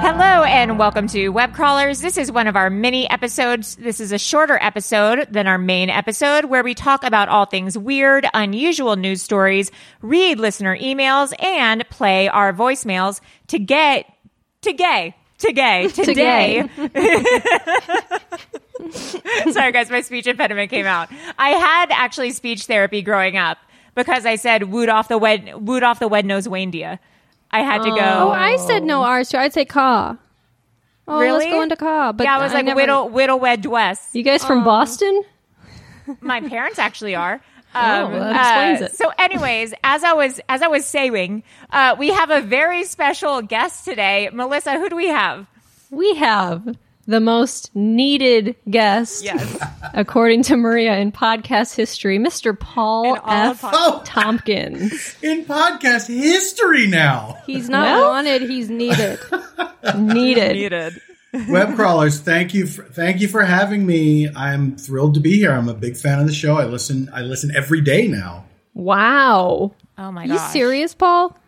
Hello and welcome to Web Crawlers. This is one of our mini episodes. This is a shorter episode than our main episode where we talk about all things weird, unusual news stories, read listener emails, and play our voicemails to get to gay. To gay. Today. Sorry, guys, my speech impediment came out. I had actually speech therapy growing up because I said "wooed off the wed wooed off the wed nose Wendia." I had to go. Oh, I said no R's too. I'd say car. Oh, Really? let's go into car. But yeah, I was like never- whittle whittle wed west. Um, You guys from Boston? My parents actually are. Oh, that explains uh, it. So, anyways, as I was as I was saying, uh, we have a very special guest today, Melissa. Who do we have? We have the most needed guest, according to Maria in podcast history, Mr. Paul In all F. pod- Oh, Tompkins. in podcast history now. He's not wanted. He's needed. needed. needed. Web crawlers, thank you, for, thank you for having me. I'm thrilled to be here. I'm a big fan of the show. I listen, I listen every day now. Wow. Oh my you gosh! serious, Paul?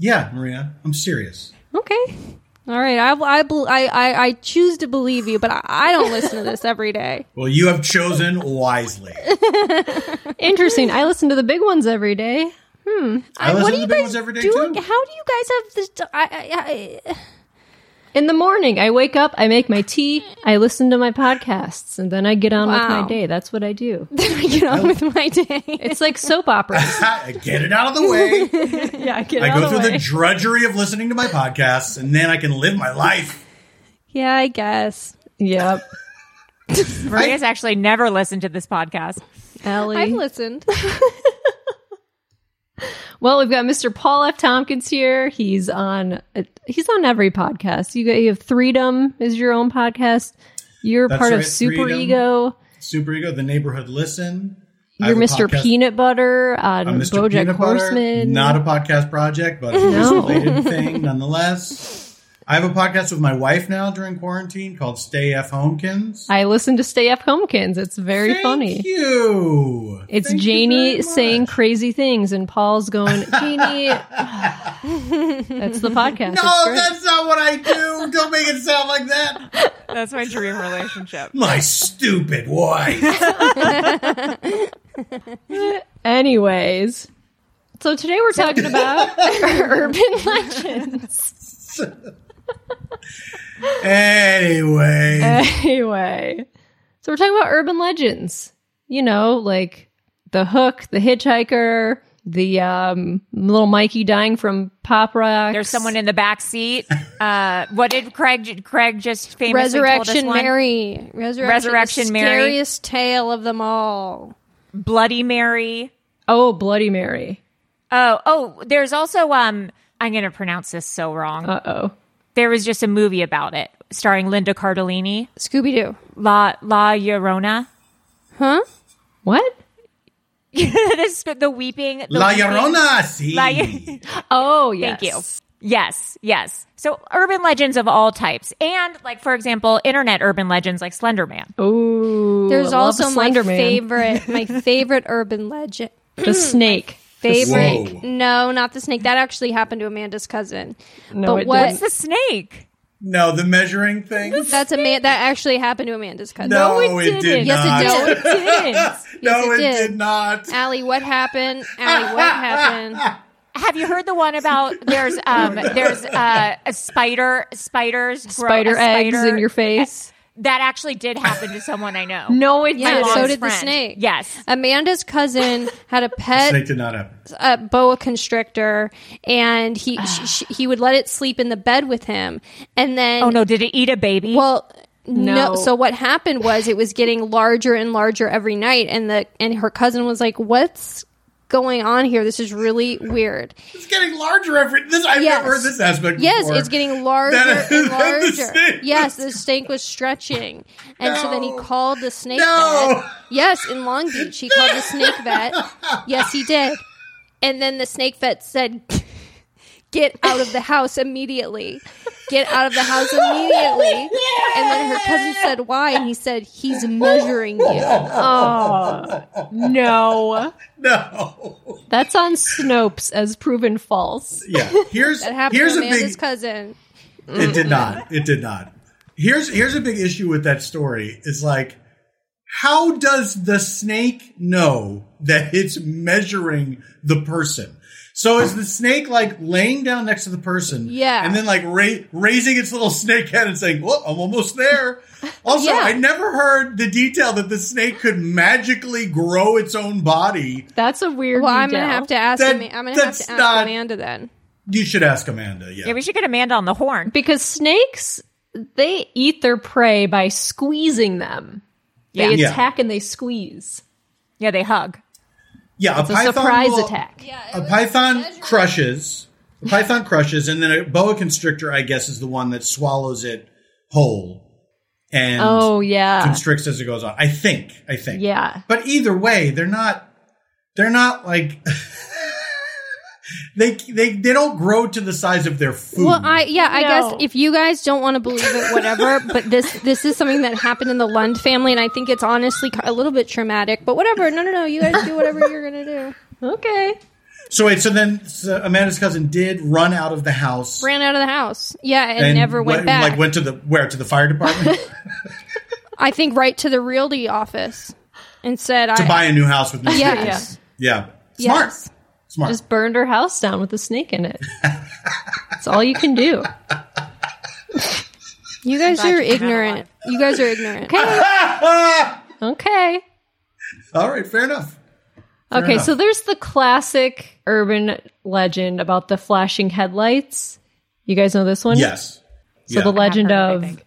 Yeah, Maria, I'm serious. Okay. All right. I I bel- I I, I choose to believe you, but I, I don't listen to this every day. Well, you have chosen wisely. Interesting. I listen to the big ones every day. Hmm. I what listen do to you the big guys ones every day doing? too. How do you guys have this? I, I, I, in the morning, I wake up, I make my tea, I listen to my podcasts, and then I get on with Wow. my day. That's what I do. Then we get Oh. on with my day. It's like soap operas. I get it out of the way. yeah, I get I out go of the through way. the drudgery of listening to my podcasts, and then I can live my life. yeah, I guess. Yep. Maria's actually never listened to this podcast. Ellie. I've listened. well, we've got Mr. Paul F. Tompkins here. He's on. He's on every podcast. You got you have Freedom is your own podcast. You're That's part of right, Super Freedom. Ego. Super ego, the neighborhood, listen. I You're have a Mr. podcast- Peanut Butter on I'm Mr. BoJack Peanut Butter. Horseman. Not a podcast project, but a related thing nonetheless. I have a podcast with my wife now during quarantine called Stay F Homekins. I listened to Stay Up Homekins. It's very Thank funny. you. It's Thank you Janie very much. saying crazy things, and Paul's going, Janie. that's the podcast. It's No, great. that's not what I do. Don't make it sound like that. That's my dream relationship. My stupid wife. Anyways, So today we're talking about urban legends. Anyway, Anyway, so we're talking about urban legends. You know, like the hook, the hitchhiker, the um, little Mikey dying from pop rock. There's someone in the back seat. Uh, what did Craig Craig just famously Resurrection told us one? Mary. Resurrection, Resurrection the Mary. Scariest tale of them all. Bloody Mary. Oh, Bloody Mary. Oh, oh, there's also um I'm going to pronounce this so wrong. Uh oh. there was just a movie about it starring Linda Cardellini, Scooby Doo. La La Llorona. Huh? What? this the weeping the La weeping- Llorona, see. La Llor- Oh, yes. Thank you. Yes, yes. So urban legends of all types and like for example, internet urban legends like Slender Man. Oh, There's I love also my Slender Man. favorite, my favorite urban legend. the snake. Favorite? Whoa. No, not the snake. That actually happened to Amanda's cousin. No, But what- it what? It's the snake. No, the measuring thing. That's a man. That actually happened to Amanda's cousin. No, it, did didn't. not. Yes, it did. no, Yes, it, it did. did. not. Allie, what happened? Allie, what happened? Have you heard the one about there's um there's uh, a spider spiders grow- Spider a eggs in spider- your face. That actually did happen to someone I know. No, it Yeah, mom's so did the friend. snake. Yes. Amanda's cousin had a Snake pet did not happen. uh, boa constrictor, and he sh- sh- he would let it sleep in the bed with him, and then Oh no, did it eat a baby? Well, no. No. So what happened was it was getting larger and larger every night, and the and her cousin was like, "What's going on here? This is really weird." It's getting larger every. This I've Yes. never heard this aspect. Yes, before. it's getting larger That- and that the larger. snake yes, the snake was stretching, and so then he No. called the snake. No. Vet. Yes, in Long Beach, he called the snake vet. Yes, he did, and then the snake vet said. Get out of the house immediately. Get out of the house immediately. And then her cousin said, Why? And he said, He's measuring you. No. No. That's on Snopes as proven false. Yeah. Here's That happened here's to a Amanda's big. cousin. It did not. It did not. Here's here's a big issue with that story. Is like, how does the snake know that it's measuring the person? So is the snake like laying down next to the person? Yeah. And then like ra- raising its little snake head and saying, "Whoa, I'm almost there." Also, Yeah. I never heard the detail that the snake could magically grow its own body. That's a weird. Well, I'm going to detail. have to ask, That- Ama- I'm gonna have that's to ask not- Amanda then. You should ask Amanda. Yeah. yeah, we should get Amanda on the horn. because snakes they eat their prey by squeezing them. They Yeah. attack and they squeeze. Yeah, they hug. yeah. It's a surprise attack. a python crushes. A python crushes, and then a boa constrictor, I guess, is the one that swallows it whole and Oh yeah. constricts as it goes on. I think. I think. Yeah. But either way, they're not. They're not like. they they they don't grow to the size of their food. Well, I yeah, I guess No. if you guys don't want to believe it, whatever. but this this is something that happened in the Lund family, and I think it's honestly ki- a little bit traumatic. But whatever, no, no, no, you guys do whatever you're gonna do. Okay. so wait. So then so Amanda's cousin did run out of the house. Ran out of the house, yeah, and, never went went- back. Like went to the where to the fire department I think right to the realty office and said, to "I buy a new house with new yes, yeah smart yes, smart Just burned her house down with a snake in it. That's all you can do. you guys are ignorant. You guys are ignorant." Okay. all right fair enough Okay, enough. so there's the classic urban legend about the flashing headlights. You guys know this one? Yes. So Yeah. the legend heard of of it, I think.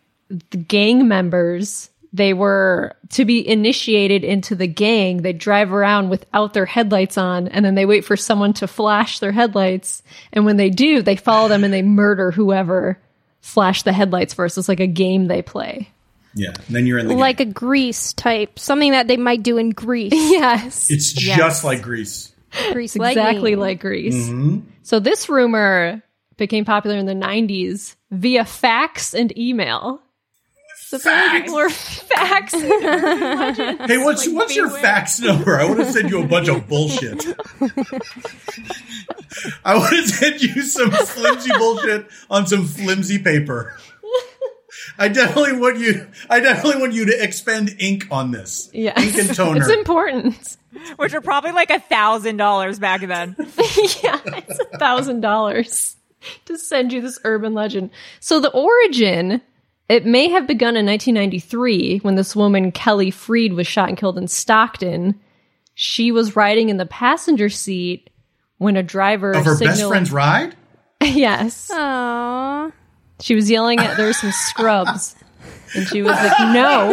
the gang members, they were to be initiated into the gang, they drive around without their headlights on and then they wait for someone to flash their headlights and when they do, they follow them and they murder whoever flashed the headlights first. It's like a game they play. Yeah. And then you're in the Like game. a Grease type, something that they might do in Grease. Yes. It's just like Greece. Mm-hmm. Grease exactly lightning. like Greece. So this rumor became popular in the 90s via fax and email. So apparently people were faxing. Hey, what's what's your fax number? I would have sent you a bunch of bullshit. I would have sent you some flimsy bullshit on some flimsy paper. I definitely want you. I definitely want you to expend ink on this. Yes. ink and toner. It's important. which are probably like a thousand dollars back then. yeah, it's a thousand dollars to send you this urban legend. So the origin, it may have begun in 1993 when this woman Kelly Freed was shot and killed in Stockton. She was riding in the passenger seat when a driver of her signaled. best friend's ride. yes, Aww. she was yelling at there's some scrubs. And she was like, no,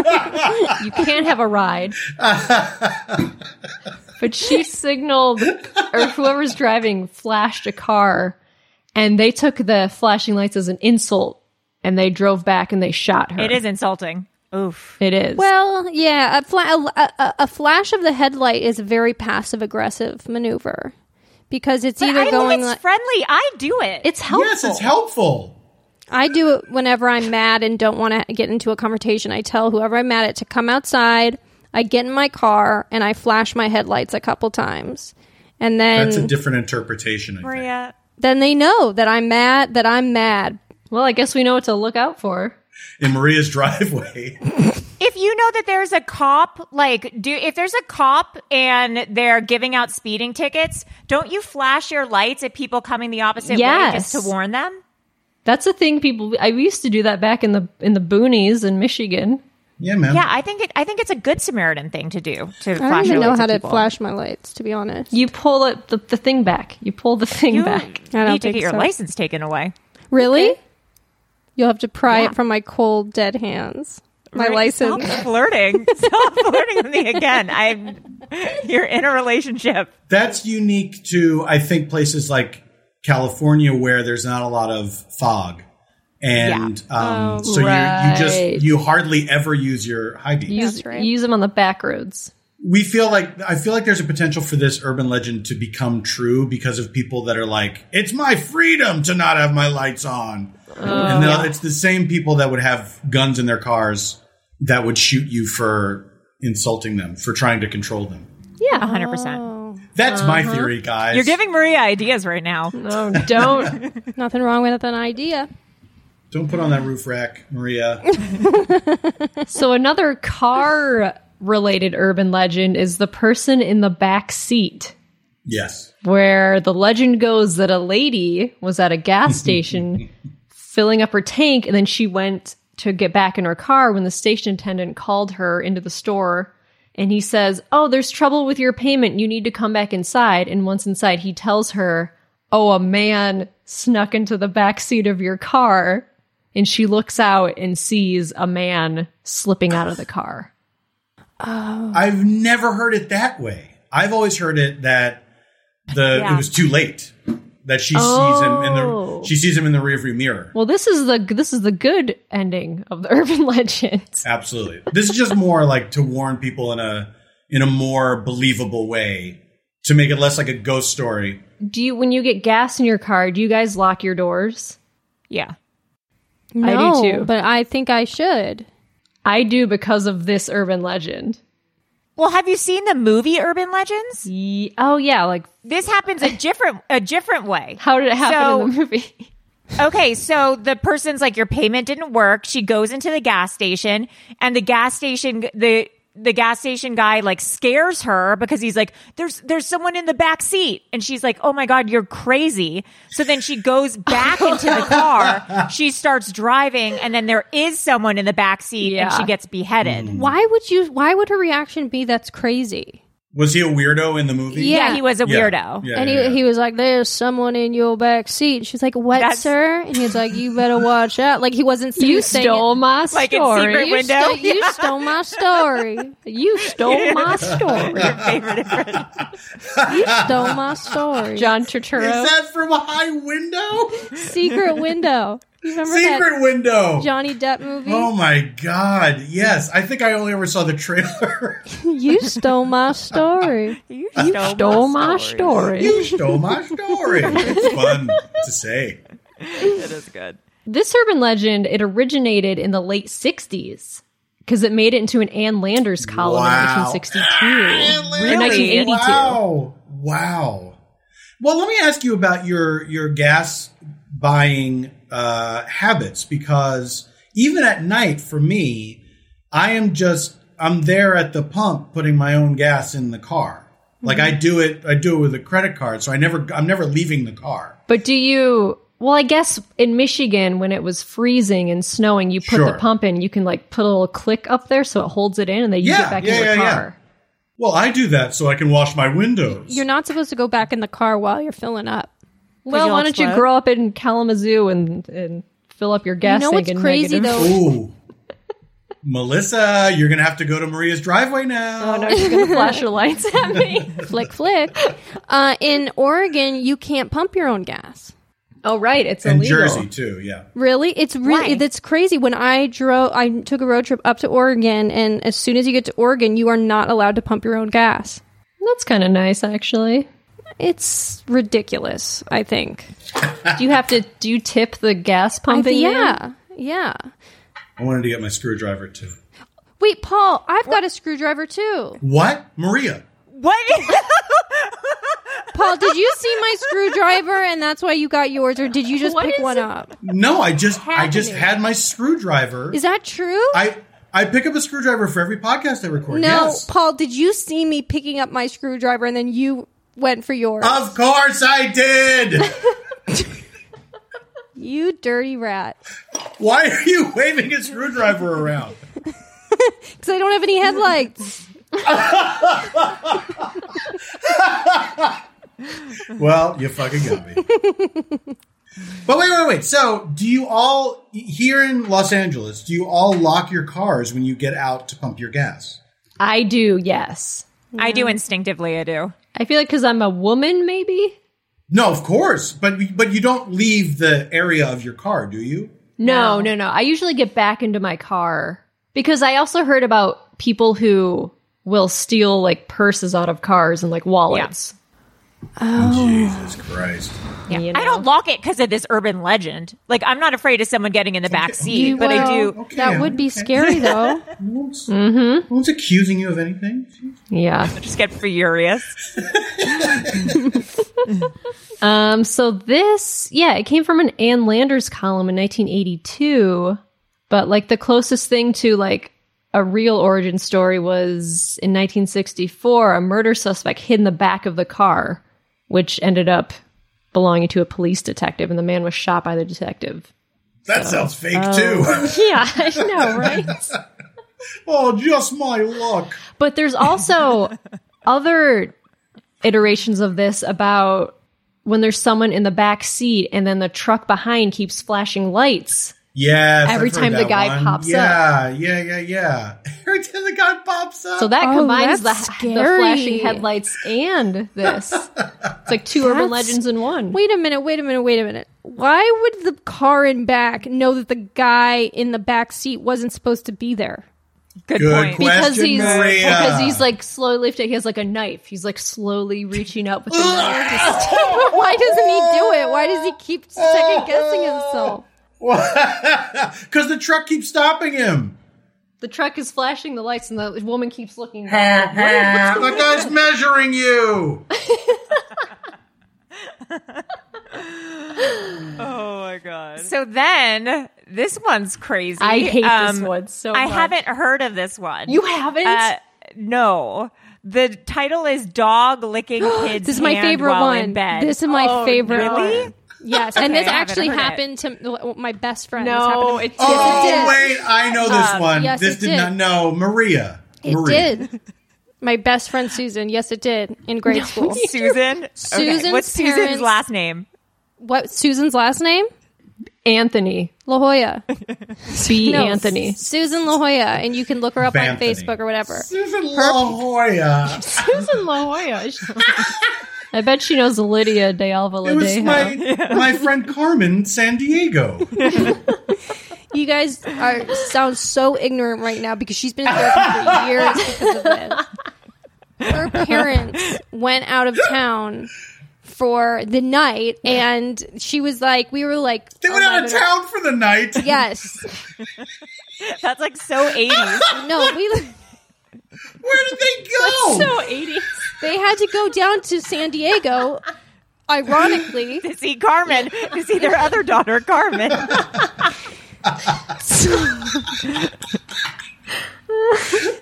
you can't have a ride. But she signaled, or whoever's driving flashed a car, and they took the flashing lights as an insult, and they drove back and they shot her. It is insulting. Oof. It is. Well, yeah, a, fla- a, a, a flash of the headlight is a very passive aggressive maneuver because it's either I going. mean, it's like- friendly. I do it. it's helpful. Yes, it's helpful. I do it whenever I'm mad and don't want to get into a confrontation. I tell whoever I'm mad at to come outside. I get in my car and I flash my headlights a couple times, and then That's a different interpretation. I think. Maria. then they know that I'm mad. That I'm mad. Well, I guess we know what to look out for. In Maria's driveway. If you know that there's a cop, like, do if there's a cop and they're giving out speeding tickets, don't you flash your lights at people coming the opposite way just Yes. to warn them? That's a thing people. I we used to do that back in the in the boonies in Michigan. Yeah, man. Yeah, I think it. I think it's a good Samaritan thing to do. To I don't flash your even know lights how at to people. flash my lights, to be honest. You pull it, the, the thing back. You pull the thing You back. I don't need to think get your so. license taken away. Really? You'll have to pry it from my cold, dead hands. My license. Stop flirting. Stop flirting with me again. I. You're in a relationship. That's unique to I think places like California where there's not a lot of fog. And um, Oh, so you, you right. just you hardly ever use your high beams. Use, That's right. use them on the back roads. we feel like I feel like there's a potential for this urban legend to become true because of people that are like, it's my freedom to not have my lights on, Oh, and they'll- it's the same people that would have guns in their cars that would shoot you for insulting them for trying to control them. A hundred percent. That's my Uh-huh. theory, guys. You're giving Maria ideas right now. No, don't. Nothing wrong with an idea. Don't put on that roof rack, Maria. so another car related urban legend is the person in the back seat yes, where the legend goes that a lady was at a gas station filling up her tank and then she went to get back in her car when the station attendant called her into the store and he says, "Oh, there's trouble with your payment. You need to come back inside." And once inside, he tells her, "Oh, a man snuck into the back seat of your car." And she looks out and sees a man slipping out of the car. Oh. I've never heard it that way. I've always heard it that the it Yeah. was too late that she sees him in Oh. the she sees him in the rearview mirror. Well, this is the this is the good ending of the urban legend. Absolutely. This is just more like to warn people in a in a more believable way to make it less like a ghost story. Do you when you get gas in your car, do you guys lock your doors? Yeah. No, too. But I think I should. I do because of this urban legend. Well, have you seen the movie Urban Legends? Ye- oh yeah, like This happens a different a different way. how did it happen So- in the movie? Okay, so the person's like, your payment didn't work. She goes into the gas station, and the gas station the the gas station guy like scares her because he's like, "There's there's someone in the back seat," and she's like, "Oh my god, you're crazy." So then she goes back into the car. She starts driving, and then there is someone in the back seat, and Yeah. she gets beheaded. Why would you? Why would her reaction be that's crazy? Was he a weirdo in the movie? Yeah. Yeah, he was a Yeah. weirdo. Yeah, and he, yeah, yeah. he was like, "There's someone in your back seat." She's like, "What, That's- sir?" And he's like, "You better watch out." Like he wasn't. You saying- stole my Like in story. Secret You, Window. sto- you stole my story. you stole my story, You stole my story. John Is Turturro. that from a high window? Secret window. You remember that Secret window. Johnny Depp movie? Oh my god. Yes. I think I only ever saw the trailer. You stole my story. You stole my story. you stole my story. Oh, It's fun to say. That is good. This urban legend it originated in the late '60s because it made it into an Ann Landers column Wow. in 1962 or 1982. Wow. Wow. Well, let me ask you about your your gas buying uh, habits because even at night for me, I am just I'm there at the pump putting my own gas in the car. Like Mm-hmm. I do it I do it with a credit card, so I never I'm never leaving the car. But do you? Well, I guess in Michigan, when it was freezing and snowing, you put Sure. the pump in. You can like put a little click up there so it holds it in, and then you Yeah, get back yeah, in your yeah, yeah. car. Well, I do that so I can wash my windows. You're not supposed to go back in the car while you're filling up. Well, you why don't don't you float? grow up in Kalamazoo and and fill up your gas? know tank what's in crazy, negative? though? Ooh. Melissa, you're gonna have to go to Maria's driveway now. Oh no, you're gonna flash your lights at me. flick, flick. Uh, in Oregon, you can't pump your own gas. Oh right, it's and illegal. Jersey too, yeah. Really? It's really Why? that's crazy. When I drove, I took a road trip up to Oregon, and as soon as you get to Oregon, you are not allowed to pump your own gas. That's kind of nice, actually. It's ridiculous. I think. Do you have to? Do you tip the gas I pumping? thi- man? yeah, yeah. I wanted to get my screwdriver too. Wait, Paul, I've got a screwdriver too. What? Maria. What? Paul, did you see my screwdriver, and that's why you got yours, or did you just What pick is one it? up? No, I just I just happening? had my screwdriver. Is that true? I I pick up a screwdriver for every podcast I record. no, yes. Paul, did you see me picking up my screwdriver, and then you went for yours? Of course I did. you dirty rat. Why are you waving a screwdriver around? Because I don't have any headlights. Well, you fucking got me. But wait, wait, wait. So, do you all here in Los Angeles? Do you all lock your cars when you get out to pump your gas? I do. Yes, I do instinctively. I do. I feel like because I'm a woman, maybe. No, of course, but but you don't leave the area of your car, do you? No, no, no. I usually get back into my car because I also heard about people who will steal like purses out of cars and like wallets. Oh. Jesus Christ! Yeah. You know? I don't lock it because of this urban legend. Like I'm not afraid of someone getting in the back seat, but I do. Okay, That would be okay. scary, though. No one's, no one's accusing you of anything. Mm-hmm. Yeah. Just get furious. Um, so this, yeah, it came from an Ann Landers column in 1982, but like the closest thing to like a real origin story was in 1964, a murder suspect hid in the back of the car, which ended up belonging to a police detective, and the man was shot by the detective. That sounds fake too. Oh. Oh. Yeah, I know, right? oh, just my luck. But there's also other iterations of this about when there's someone in the back seat and then the truck behind keeps flashing lights. Yes. Every I've heard time the that guy one. pops yeah, Yeah, yeah, yeah, Every time the guy pops up. So that Oh, combines the, that's the scary. flashing headlights and this. It's like two urban That's- legends in one. Wait a minute, wait a minute, wait a minute. Why would the car in back know that the guy in the back seat wasn't supposed to be there? Good, Good point. question. because he's Maria. because he's like slowly lifting. He has like a knife. He's like slowly reaching up with the knife. Just- Why doesn't he do it? Why does he keep second guessing himself? Because the truck keeps stopping him. the truck is flashing the lights, and the woman keeps looking. down. the guy's measuring you. Oh my god. So then this one's crazy. Um, I hate this one so I much. haven't heard of this one. You haven't? Uh, no. The title is "Dog Licking Kids." This is my Hand favorite While one. In bed. This is my Oh, favorite Really? one. Yes, and this I haven't actually heard it. happened to my best friend. This happened to no, me. it's Oh, did. Um, wait. I know Um, this one. yes, this it did, did. not. No, Maria. It Maria. did. My best friend Susan. Yes, it did in grade school. Susan. Susan's What's Susan's parents- last name? What Susan's last name? Anthony La Jolla. B. No, Anthony. Susan La Jolla, and you can look her up on Banthony. Facebook or whatever. Susan La Jolla. Susan La Jolla. I bet she knows Lydia de Alva It was Ladeja. my, my friend Carmen San Diego. You guys are sound so ignorant right now because she's been in therapy for years because of this. Her parents went out of town for the night, and she was like, "We were like, They went out of 11 town for the night. Yes, That's like so eighties. no, we Where did they go? they had to go down to San Diego. Ironically, to see Carmen, to see their other daughter, Carmen.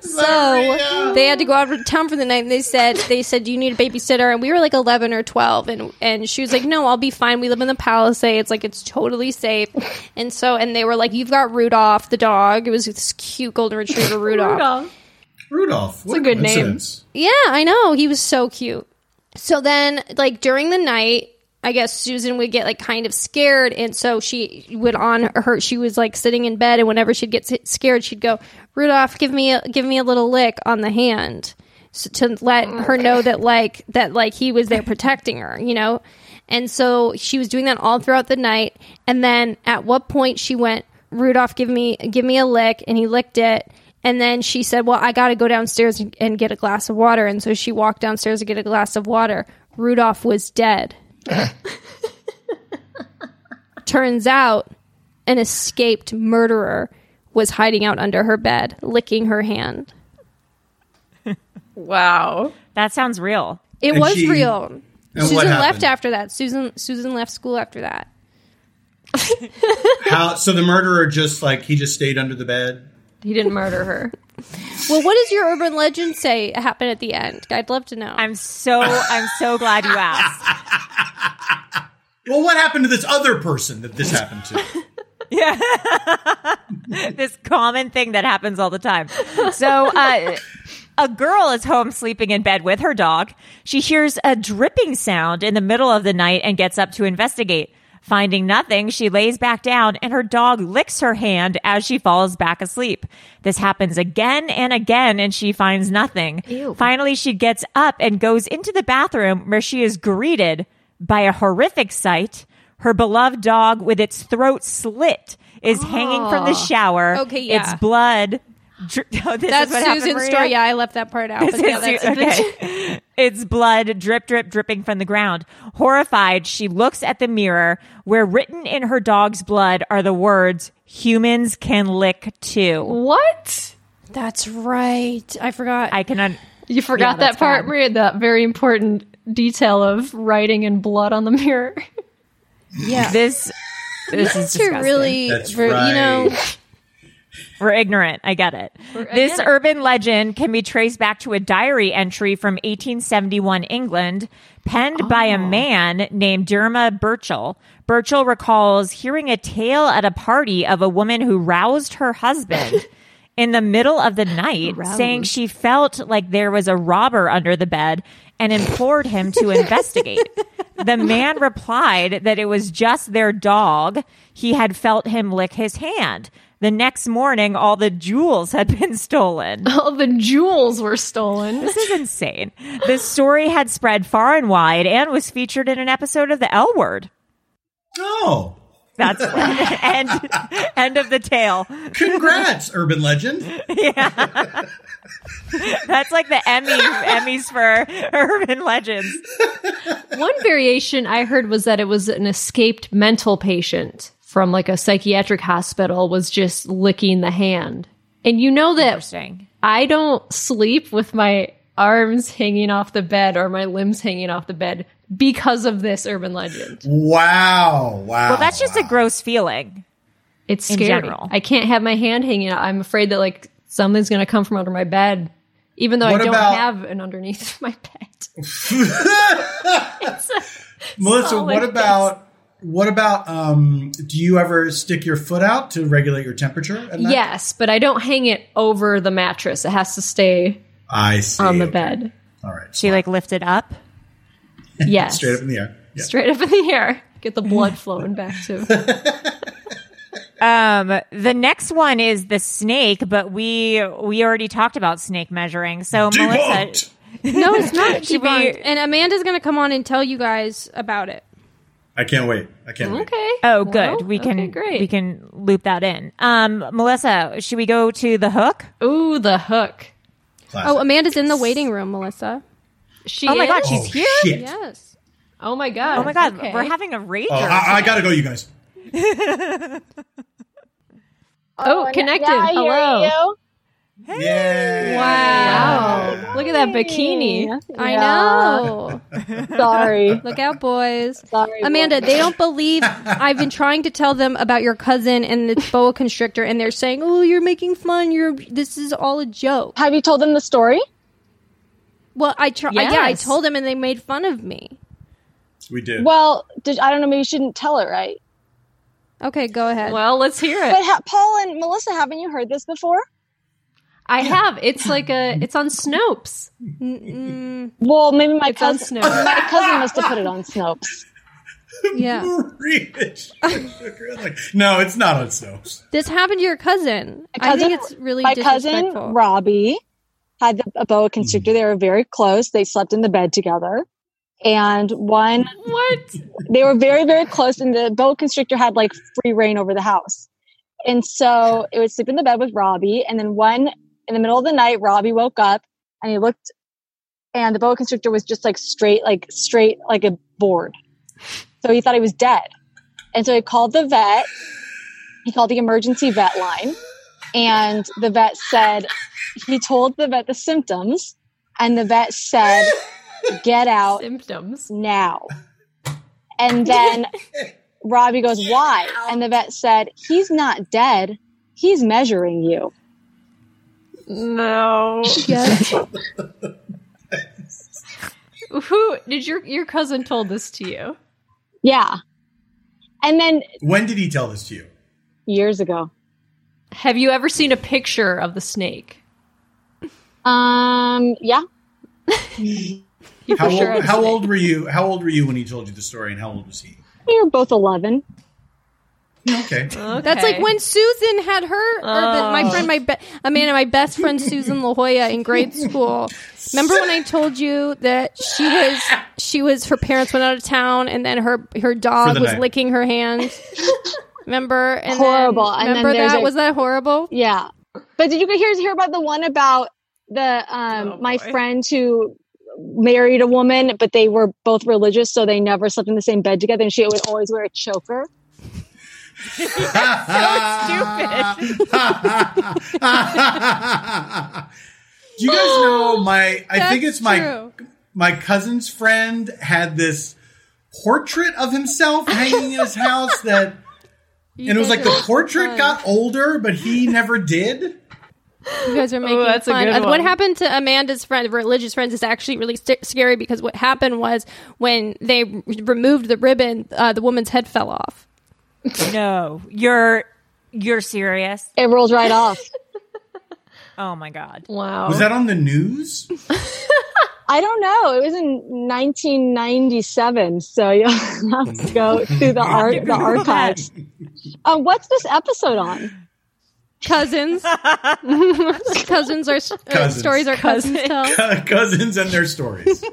So they had to go out of town for the night, and they said they said you need a babysitter, and we were like eleven or twelve, and and she was like, no, I'll be fine. We live in the Palisades, like it's totally safe, and so and they were like, you've got Rudolph the dog. It was this cute golden retriever Rudolph. Rudolph. What a good name. coincidence. Yeah, I know. He was so cute. So then, like during the night, I guess Susan would get like kind of scared, and so she would on her. She was like sitting in bed, and whenever she'd get s- scared, she'd go, "Rudolph, give me a, give me a little lick on the hand." So to let her know that like that like he was there protecting her, you know? And so she was doing that all throughout the night. And then at what point she went, Rudolph, give me give me a lick, and he licked it. And then she said, Well, I gotta go downstairs and, and get a glass of water. And so she walked downstairs to get a glass of water. Rudolph was dead. Turns out an escaped murderer was hiding out under her bed, licking her hand. Wow. That sounds real. It And was she- real. And Susan what left happened? after that. Susan Susan left school after that. How? So the murderer just like he just stayed under the bed. He didn't murder her. Well, what does your urban legend say happened at the end? I'd love to know. I'm so I'm so glad you asked. Well, what happened to this other person that this happened to? This common thing that happens all the time. So uh a girl is home sleeping in bed with her dog. She hears a dripping sound in the middle of the night and gets up to investigate. Finding nothing, she lays back down and her dog licks her hand as she falls back asleep. This happens again and again and she finds nothing. Finally, she gets up and goes into the bathroom where she is greeted by a horrific sight. Her beloved dog with its throat slit is hanging from the shower. Okay, yeah. Its blood. dri- Oh, this that's is what happened, Susan's Maria? story. Yeah, I left that part out. But yeah, that's okay. it's blood drip drip dripping from the ground. Horrified, she looks at the mirror where written in her dog's blood are the words humans can lick too. What? That's right. I forgot. I can un- You forgot that's that part, bad. Maria. That very important detail of writing in blood on the mirror. yeah. this this is You're disgusting. really, That's ver- you know, We're ignorant. I get it. this urban legend can be traced back to a diary entry from 1871 England, penned by Oh. a man named Derma Burchell. Burchell recalls hearing a tale at a party of a woman who roused her husband in the middle of the night, saying she felt like there was a robber under the bed and implored him to investigate. The man replied that it was just their dog. He had felt him lick his hand. The next morning, all the jewels had been stolen. All the jewels were stolen. This is insane. This story had spread far and wide and was featured in an episode of The L Word. Oh, That's end end of the tale. congrats, urban legend. That's like the Emmy Emmys for urban legends. One variation I heard was that it was an escaped mental patient from like a psychiatric hospital was just licking the hand. And you know that Interesting. I don't sleep with my arms hanging off the bed or my limbs hanging off the bed because of this urban legend. Wow, wow. Well, that's just a gross feeling. It's In scary. general. I can't have my hand hanging out. I'm afraid that like something's going to come from under my bed, even though I What don't about- have an underneath my bed. Melissa, solid what about what about um do you ever stick your foot out to regulate your temperature? at night? Yes, but I don't hang it over the mattress. It has to stay I see. on the bed. All right. She like lifted up. Yes. Straight up in the air. Yeah. Straight up in the air. Get the blood flowing back to. Um, the next one is the snake, but we we already talked about snake measuring. So Melissa, Debunked. no, it's not Should we- debunked. And Amanda's going to come on and tell you guys about it. I can't wait. I can't wait. Okay. Oh, good. Well, we can okay, great. we can loop that in. Um, Melissa, should we go to the hook? Ooh, the hook. Classic. Oh, Amanda's in the waiting room, Melissa. She. Oh my god, is? she's here! Shit. Yes. Oh my god. Oh my god, Okay. we're having a rager. Oh, I, I gotta go, you guys. Oh, connected. I hear Hello. you. Yay! Wow. Look at that bikini. I know. Sorry. Look out, boys. Sorry. Amanda, they don't believe I've been trying to tell them about your cousin and this boa constrictor, and they're saying, "Oh, you're making fun. You're this is all a joke." Have you told them the story? Well, I tr- I- yeah, I Yes. told them, and they made fun of me. We did. Well, did, I don't know. Maybe you shouldn't tell it, right? Okay, go ahead. Well, let's hear But it. ha- Paul and Melissa, haven't you heard this before? I have. It's like a. It's on Snopes. Mm, Well, maybe my It's on cousin. Snopes. My cousin must have put it on Snopes. yeah, Read it. Like, no, it's not on Snopes. this happened to your cousin. My I think cousin- it's really My cousin disrespectful. Robbie had the, a boa constrictor. They were very close. They slept in the bed together, and one What? they were very very close and the boa constrictor had like free reign over the house and so it would sleep in the bed with robbie and then one in the middle of the night robbie woke up and he looked and the boa constrictor was just like straight like straight like a board so he thought he was dead and so he called the vet he called the emergency vet line and the vet said he told the vet the symptoms and the vet said get out Symptoms. now. And then Robbie goes, Why? And the vet said, He's not dead. He's measuring you. No. Yes. Who did your your cousin told this to you? Yeah. And then When did he tell this to you? years ago, Have you ever seen a picture of the snake? um, yeah, You How, for sure old, had a how snake. old were you? How old were you when he told you the story, and how old was he? we were both 11. Okay. That's like Okay. Oh. when Susan had her, or the, my friend, my be- Amanda, my best friend Susan La Jolla in grade school. Remember when I told you that she was she was her parents went out of town, and then her her For dog the was night. licking her hands. Remember? And Horrible. Then, And then remember there's that? a- was that horrible? Yeah. But did you hear, hear about the one about the, um, Oh, my boy. friend who married a woman, but they were both religious, so they never slept in the same bed together, and she would always wear a choker? Do you guys know my? I think it's my true. my cousin's friend had this portrait of himself hanging in his house that, and it was like the portrait got older, but he never did. You guys are making that's a fun. good Uh, What one. happened to Amanda's friend, religious friends, is actually really st- scary because what happened was when they r- removed the ribbon, uh, the woman's head fell off. No, you're you're serious. It rolls right off. Oh my god. Wow. Was that on the news? I don't know. It was in 1997, so you'll have to go through the ar- the archives. Um, what's this episode on? cousins. cousins are uh, Cousins. cousins. stories are cousins. tell. cousins and their stories.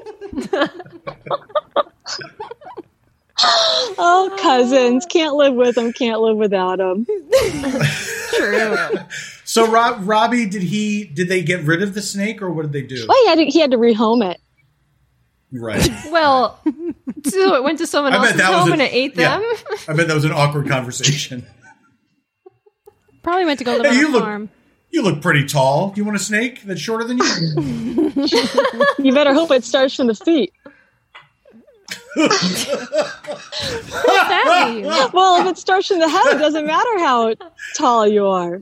Oh, cousins can't live with them, can't live without them. So, Rob, Robbie, did he? Did they get rid of the snake, or what did they do? Well, he had to, he had to rehome it. Right. well, so it went to someone I bet else's that was home a- and it ate yeah. them. I bet that was an awkward conversation. Probably went to go live on Hey, you a look- farm. You look pretty tall. You want a snake that's shorter than you? You better hope it starts from the feet. Sadly, Well, if it starts from the head, it doesn't matter how tall you are.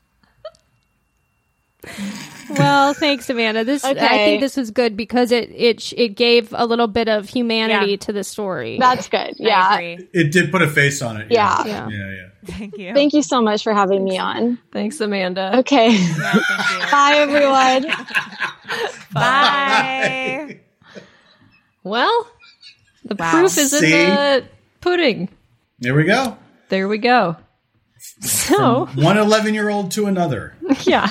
well, thanks, Amanda. This I Okay. think this was good because it it sh- it gave a little bit of humanity Yeah. to the story. That's good. I Yeah. agree. It did put a face on it. Yeah. yeah. Yeah, yeah. Thank you. Thank you so much for having me on. Thanks, Amanda. Okay. Yeah, thank you. Bye, everyone. Bye. Well, the Wow. proof is in See? the pudding. There we go. There we go. Oh. So, One 11 year old to another. yeah.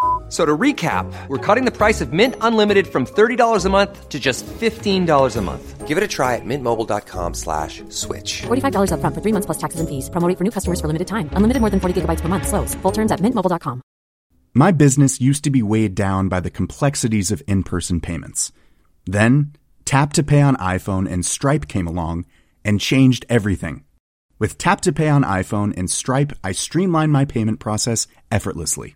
So to recap, we're cutting the price of Mint Unlimited from $30 a month to just $15 a month. Give it a try at mintmobile.com slash switch. $45 up front for three months plus taxes and fees. Promoting for new customers for limited time. Unlimited more than 40 gigabytes per month. Slows. Full terms at mintmobile.com. My business used to be weighed down by the complexities of in person payments. Then, Tap to Pay on iPhone and Stripe came along and changed everything. With Tap to Pay on iPhone and Stripe, I streamline my payment process effortlessly.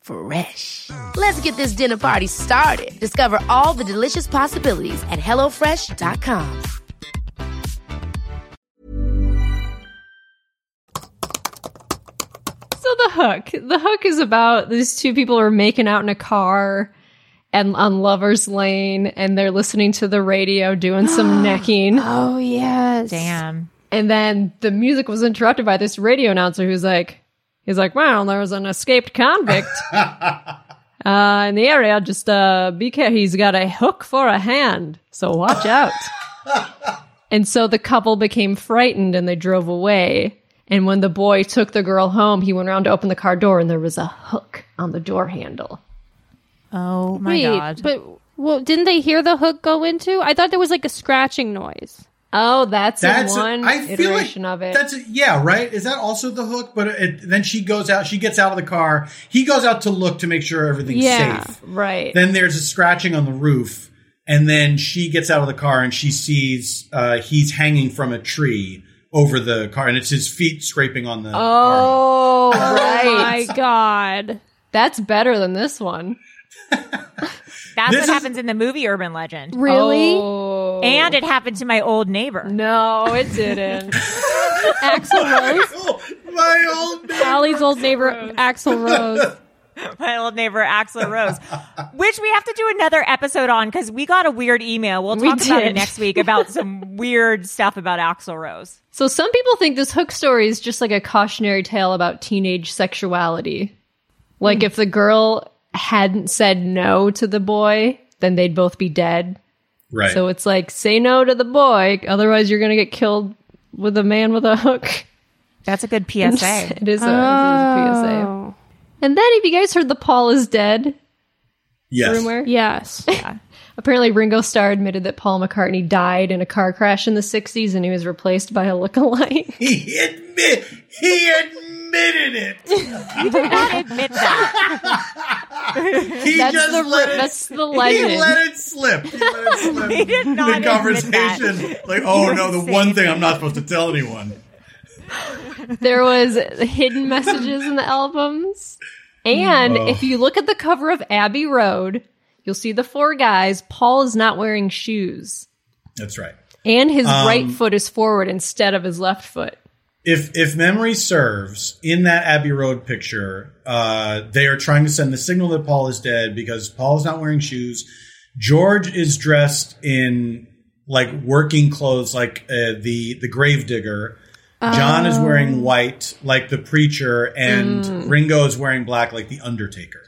Fresh. Let's get this dinner party started. Discover all the delicious possibilities at hellofresh.com. So the hook. The hook is about these two people are making out in a car and on Lover's Lane and they're listening to the radio doing some necking. Oh yes. Damn. And then the music was interrupted by this radio announcer who's like he's like, Well, there was an escaped convict uh in the area, just uh be careful he's got a hook for a hand, so watch out. and so the couple became frightened and they drove away. And when the boy took the girl home, he went around to open the car door and there was a hook on the door handle. Oh my Wait, god. but well, didn't they hear the hook go into? I thought there was like a scratching noise. Oh, that's, in That's a- one I feel like iteration of it. That's a, yeah, right. Is that also the hook? But it, then she goes out. She gets out of the car. He goes out to look to make sure everything's yeah, safe. right. Then there's a scratching on the roof, and then she gets out of the car and she sees uh, he's hanging from a tree over the car, and it's his feet scraping on the. oh, right. my god. That's better than this one. That's This what is- happens in the movie Urban Legend. Really? Oh. And it happened to my old neighbor. no, it didn't. Axel Rose, my old Allie's old neighbor Axel Rose. my old neighbor Axel Rose, which we have to do another episode on because we got a weird email. We'll We talk about did. it next week about some weird stuff about Axel Rose. So some people think this hook story is just like a cautionary tale about teenage sexuality. Like if the girl hadn't said no to the boy, then they'd both be dead. right. So it's like say no to the boy, otherwise you're gonna get killed with a man with a hook. That's a good PSA. it is a, this is a PSA. Oh. And then have you guys heard the Paul is dead yes. rumor? Yes. Apparently Ringo Starr admitted that Paul McCartney died in a car crash in the sixties and he was replaced by a lookalike. He admit he admitted it. I admit that. He That's just the let it. that's the He legend. let it slip. He let it slip. He did not the admit conversation. Like, oh no, the insane. one thing I'm not supposed to tell anyone. there was hidden messages in the albums and Oh. if you look at the cover of abbey road you'll see the four guys paul is not wearing shoes That's right. and his Um, right foot is forward instead of his left foot If if memory serves, in that Abbey Road picture, uh, they are trying to send the signal that Paul is dead because Paul is not wearing shoes. George is dressed in like working clothes, like uh, the the gravedigger. John is Oh. wearing white, like the preacher, and Mm. Ringo is wearing black, like the Undertaker.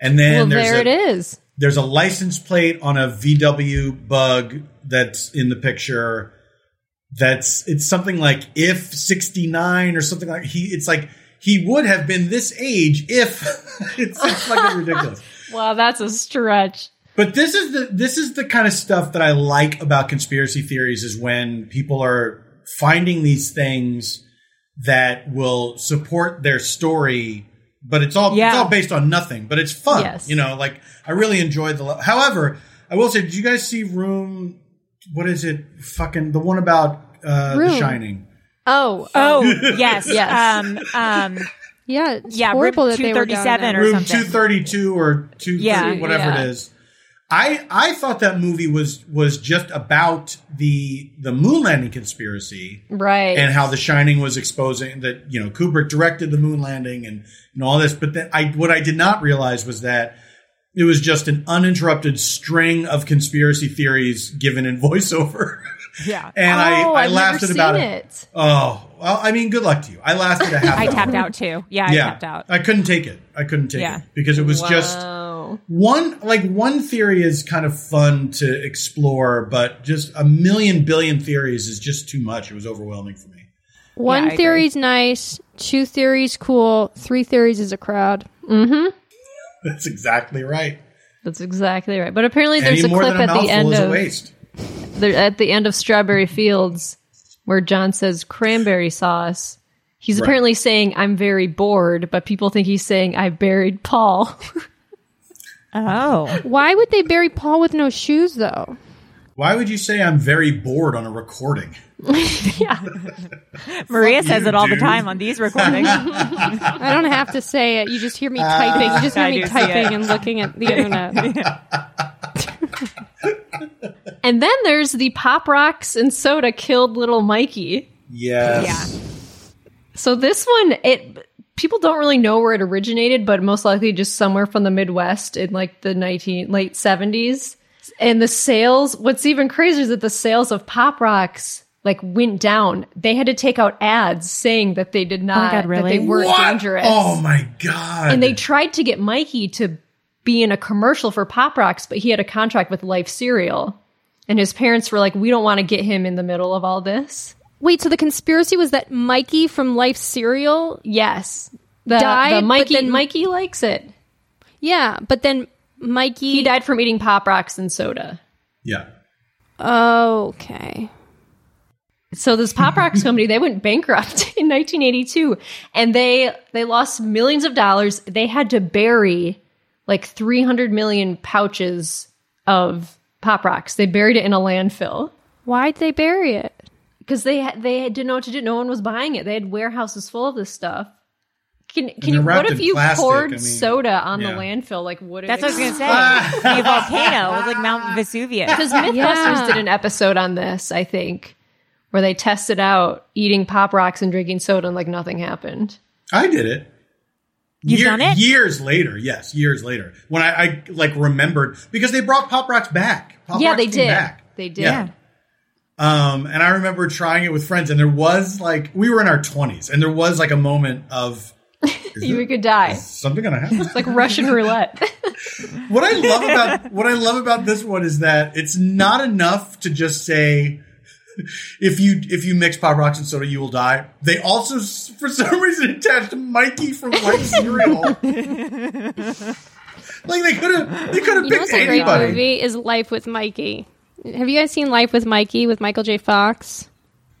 And well then there's there a, it is there's a license plate on a VW bug that's in the picture. That's it's something like if 69 or something like he it's like he would have been this age if it's, it's fucking ridiculous. wow that's a stretch But this is the this is the kind of stuff that I like about conspiracy theories is when people are finding these things that will support their story but it's all it's Yeah. all based on nothing. But it's fun, Yes. you know. Like I really enjoyed the. le- However, I will say, did you guys see Room? What is it? Fucking the one about uh, The Room. Shining. Oh, Oh, yes. yes. Um, um, yeah, it's yeah, horrible Room that they were down 237 there. or Room something. two thirty two or two Yeah. whatever Yeah. it is. I I thought that movie was was just about the the moon landing conspiracy. Right. and how The Shining was exposing that you know Kubrick directed the moon landing and and all this. But then I what I did not realize was that it was just an uninterrupted string of conspiracy theories given in voiceover. Yeah, And I- Oh, I I've laughed never at about seen it. Oh well, I mean, good luck to you. I lasted a half. I hour. tapped out too. Yeah, I tapped out. I couldn't take it. I couldn't take Yeah. it because it was just one like one theory is kind of fun to explore, but just a million billion theories is just too much. It was overwhelming for me. One Yeah, I theory's nice, two theories cool, three theories is a crowd. Mm-hmm. That's exactly right. That's exactly right. But apparently, Any there's a more clip than a at the mouthful end is a of waste. there- at the end of Strawberry Fields where John says cranberry sauce. He's Right. apparently saying I'm very bored, but people think he's saying I buried Paul. oh, Why would they bury Paul with no shoes though? Why would you say I'm very bored on a recording? Maria Fuck says you, it all dude. the time on these recordings. I don't have to say it. You just hear me typing. You just hear I me do see typing it. and looking at the internet. and then there's the Pop Rocks and Soda killed little Mikey. Yes. So this one, it people don't really know where it originated, but most likely just somewhere from the Midwest in like the nineteen late seventies. And the sales, what's even crazier is that the sales of Pop Rocks like went down. They had to take out ads saying that they did not, Oh God, really? that they weren't What? dangerous. Oh my god. And they tried to get Mikey to be in a commercial for Pop Rocks, but he had a contract with Life Cereal. And his parents were like, we don't want to get him in the middle of all this. Wait, so the conspiracy was that Mikey from Life Cereal Yes. The, died, the but Mikey, then- Mikey likes it. Yeah, but then Mikey He died from eating Pop Rocks and soda. yeah. Okay. So this Pop Rocks company, they went bankrupt in 1982 and they they lost millions of dollars. They had to bury like 300 million pouches of Pop Rocks. They buried it in a landfill. Why'd they bury it? Because they had- they had- didn't know what to do. No one was buying it. They had warehouses full of this stuff. Can can they're you? What wrapped if in you plastic, poured I mean, soda on yeah. the landfill? Like would it That's what I was gonna say. explode? Be a volcano. It was like Mount Vesuvius. Because Mythbusters Yeah. did an episode on this, I think, where they tested out eating Pop Rocks and drinking soda and like nothing happened. I did it. You've done it? years later. Yes, years later. When I, I like remembered because they brought Pop Rocks back. Pop yeah, Rocks they came did. Back. They did. Yeah. Um, and I remember trying it with friends, and there was like we were in our twenties, and there was like a moment of You could die. something gonna happen. It's like Russian roulette. what I love about what I love about this one is that it's not enough to just say if you if you mix pop rocks and soda you will die. They also s- for some reason attached Mikey from Life Cereal. like they could have they could have You know picked what's a great anybody. movie is Life with Mikey. Have you guys seen Life with Mikey with Michael J. Fox?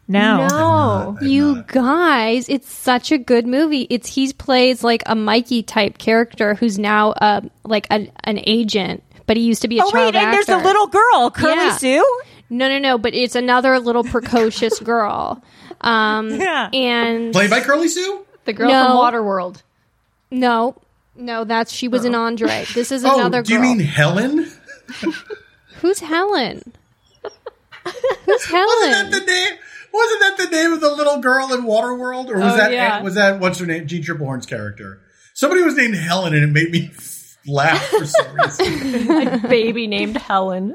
No. No. You guys, it's such a good movie. It's he plays like a Mikey type character who's now uh, like an, an agent, but he used to be a Oh child wait, and there's actor. a little girl, Curly Yeah. Sue. No, no, no, but it's another little precocious girl. Um Yeah. and Played by Curly Sue? The girl No. from Waterworld. No. No, that's she was an Andre. This is Oh, another do you girl. mean Helen? Who's Helen? Who's Helen? Wasn't that the name? Wasn't that the name of the little girl in Waterworld, or was Oh, that yeah. was that what's her name? G. Triplehorn's character. Somebody was named Helen, and it made me laugh Ah, for some reason. A baby named Helen.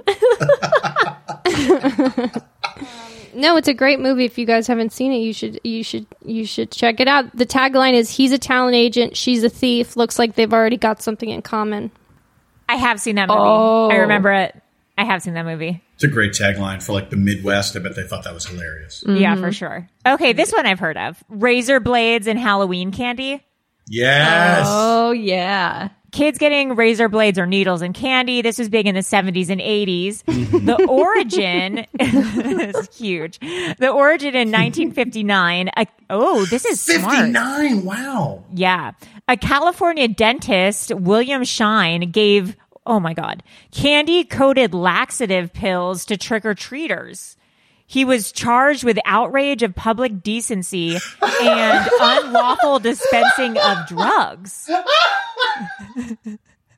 No, it's a great movie. If you guys haven't seen it, you should you should you should check it out. The tagline is he's a talent agent, she's a thief. Looks like they've already got something in common. I have seen that movie. Oh. I remember it. I have seen that movie. It's a great tagline for like the Midwest. I bet they thought that was hilarious. Mm. Yeah, Mm-hmm. for sure. Okay, this one I've heard of. Razor blades and Halloween candy. Yes. Oh yeah. kids getting razor blades or needles and candy. This was big in the 70s and 80s. The origin is huge. The origin in 1959. A, oh, this is smart. 59, wow. Yeah. A California dentist, William Shine, gave, oh my God, candy coated laxative pills to trick or treaters. He was charged with outrage of public decency and unlawful dispensing of drugs.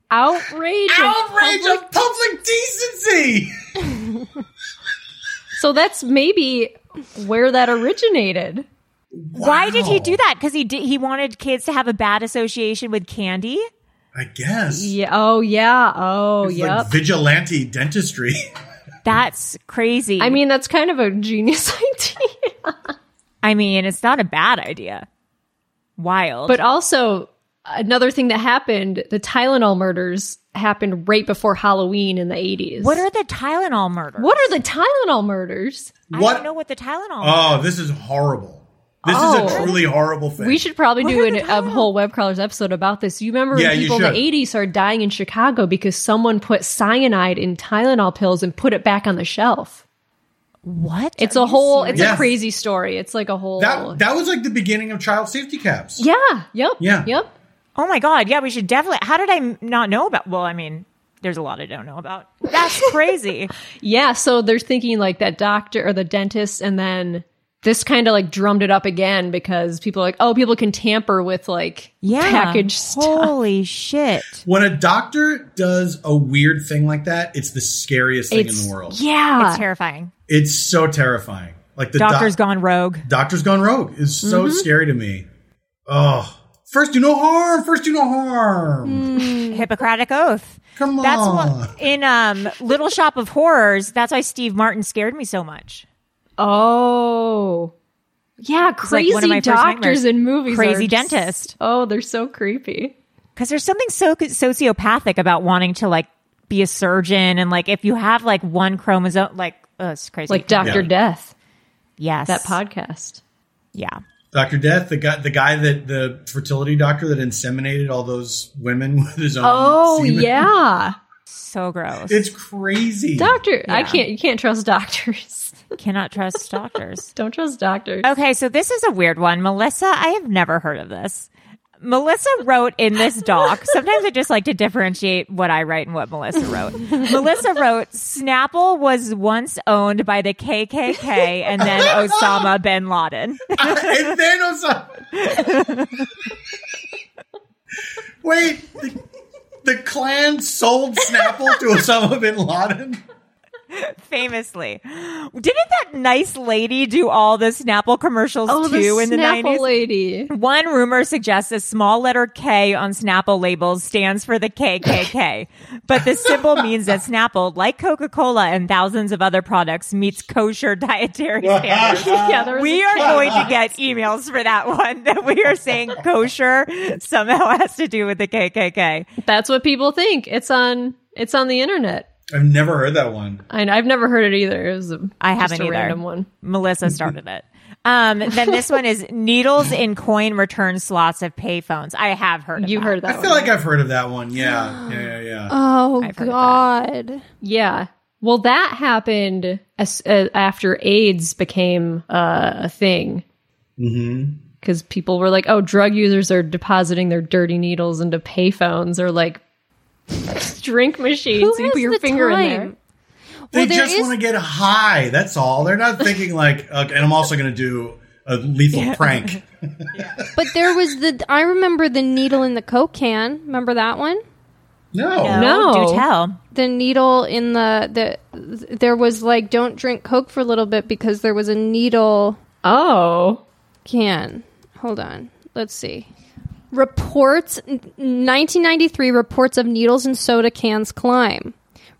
Outrage. Outrage of public decency. So that's maybe where that originated. Why did he do that? Because he did, he wanted kids to have a bad association with candy. I guess. Yeah. Oh yeah. Oh It's yep. Like vigilante dentistry. That's crazy. I mean, that's kind of a genius idea. I mean, it's not a bad idea. Wild. But also, another thing that happened, the Tylenol murders happened right before Halloween in the 80s. what are the Tylenol murders? What are the Tylenol murders? I What- don't know what the Tylenol. oh, this is horrible. This is a Oh. truly horrible thing. We should probably do an, a whole web crawlers episode about this. You remember Yeah, when you people in the should. 80s started dying in Chicago because someone put cyanide in Tylenol pills and put it back on the shelf. What? It's a whole it's serious? a crazy story. It's like a whole that that was like the beginning of child safety caps. Yeah, yep. Yeah. Yep. Oh my god! Yeah, we should definitely. How did I m- not know about? Well, I mean, there's a lot I don't know about. That's crazy. Yeah, so they're thinking like that doctor or the dentist, and then this kind of like drummed it up again because people are like, oh, people can tamper with like yeah. package stuff. Holy shit! When a doctor does a weird thing like that, it's the scariest thing in It's- the world. Yeah. It's terrifying. It's so terrifying. Like the Doctor's doctor's gone rogue. Doctor's gone rogue is so Mm-hmm. scary to me. Oh, first do no harm. First do no harm. Hippocratic oath. Come on. That's what in um Little Shop of Horrors. That's why Steve Martin scared me so much. Oh. Yeah, like, crazy one of my first nightmares. doctors in movies. Crazy are just- dentist. oh, they're so creepy. Because there's something so sociopathic about wanting to like be a surgeon and like if you have like one chromosome, like oh, it's crazy. Like Dr. Yeah. Death, yes, that podcast. Yeah, Doctor Death, the guy, the guy that the fertility doctor that inseminated all those women with his own. Oh, semen. yeah. so gross. it's crazy. Doctor, I can't, you can't trust doctors. Cannot trust doctors. Don't trust doctors. Okay, so this is a weird one. Melissa, I have never heard of this. Melissa wrote in this doc. Sometimes I just like to differentiate what I write and what Melissa wrote. Melissa wrote Snapple was once owned by the KKK and then Osama bin Laden. and then Osama. Wait, the, the Klan sold Snapple to Osama bin Laden. Famously. Didn't that nice lady do all the Snapple commercials Oh, the too in the Snapple 90s? lady. One rumor suggests a small letter K on Snapple labels stands for the KKK, but the symbol means that Snapple, like Coca Cola and thousands of other products, meets kosher dietary standards. Yeah, there was We a are cat. going to get emails for that one that we are saying kosher somehow has to do with the KKK. That's what people think. It's on it's on the internet. I've never heard that one. I, I've never heard it either. It was a, I just haven't a either. random one. Melissa started it. Um, then this one is needles in coin return slots of payphones. I have heard of You that. heard I that feel one. like I've heard of that one. Yeah, yeah, yeah. yeah. Oh I've heard of God. yeah. Well, that happened as, uh, after AIDS became uh, a thing mm-hmm. because people were like, "Oh, drug users are depositing their dirty needles into payphones or like drink machines. Who so you has put your the finger in there." time? They Well, there just is- want to get high. That's all. They're not thinking like, okay, and I'm also going to do a lethal prank. But there was the. I remember the needle in the Coke can. Remember that one? No. No. do tell. The needle in the the. There was like don't drink Coke for a little bit because there was a needle Oh, can. Hold on. Let's see. Reports n- 1993 reports of needles and soda cans climb.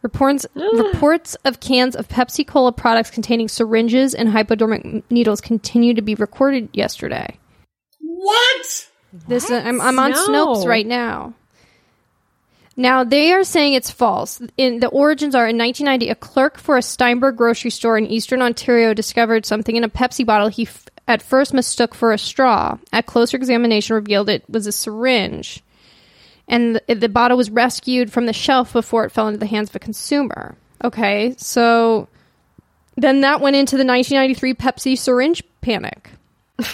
Reports reports of cans of Pepsi Cola products containing syringes and hypodermic n- needles continue to be recorded yesterday. What? This uh, I'm, I'm on No. Snopes right now. Now they are saying it's false. In the origins are in 1990, a clerk for a Steinberg grocery store in eastern Ontario discovered something in a Pepsi bottle he f- at first mistook for a straw. At closer examination, revealed it was a syringe. and the, the bottle was rescued from the shelf before it fell into the hands of a consumer. Okay, so then that went into the 1993 Pepsi syringe panic.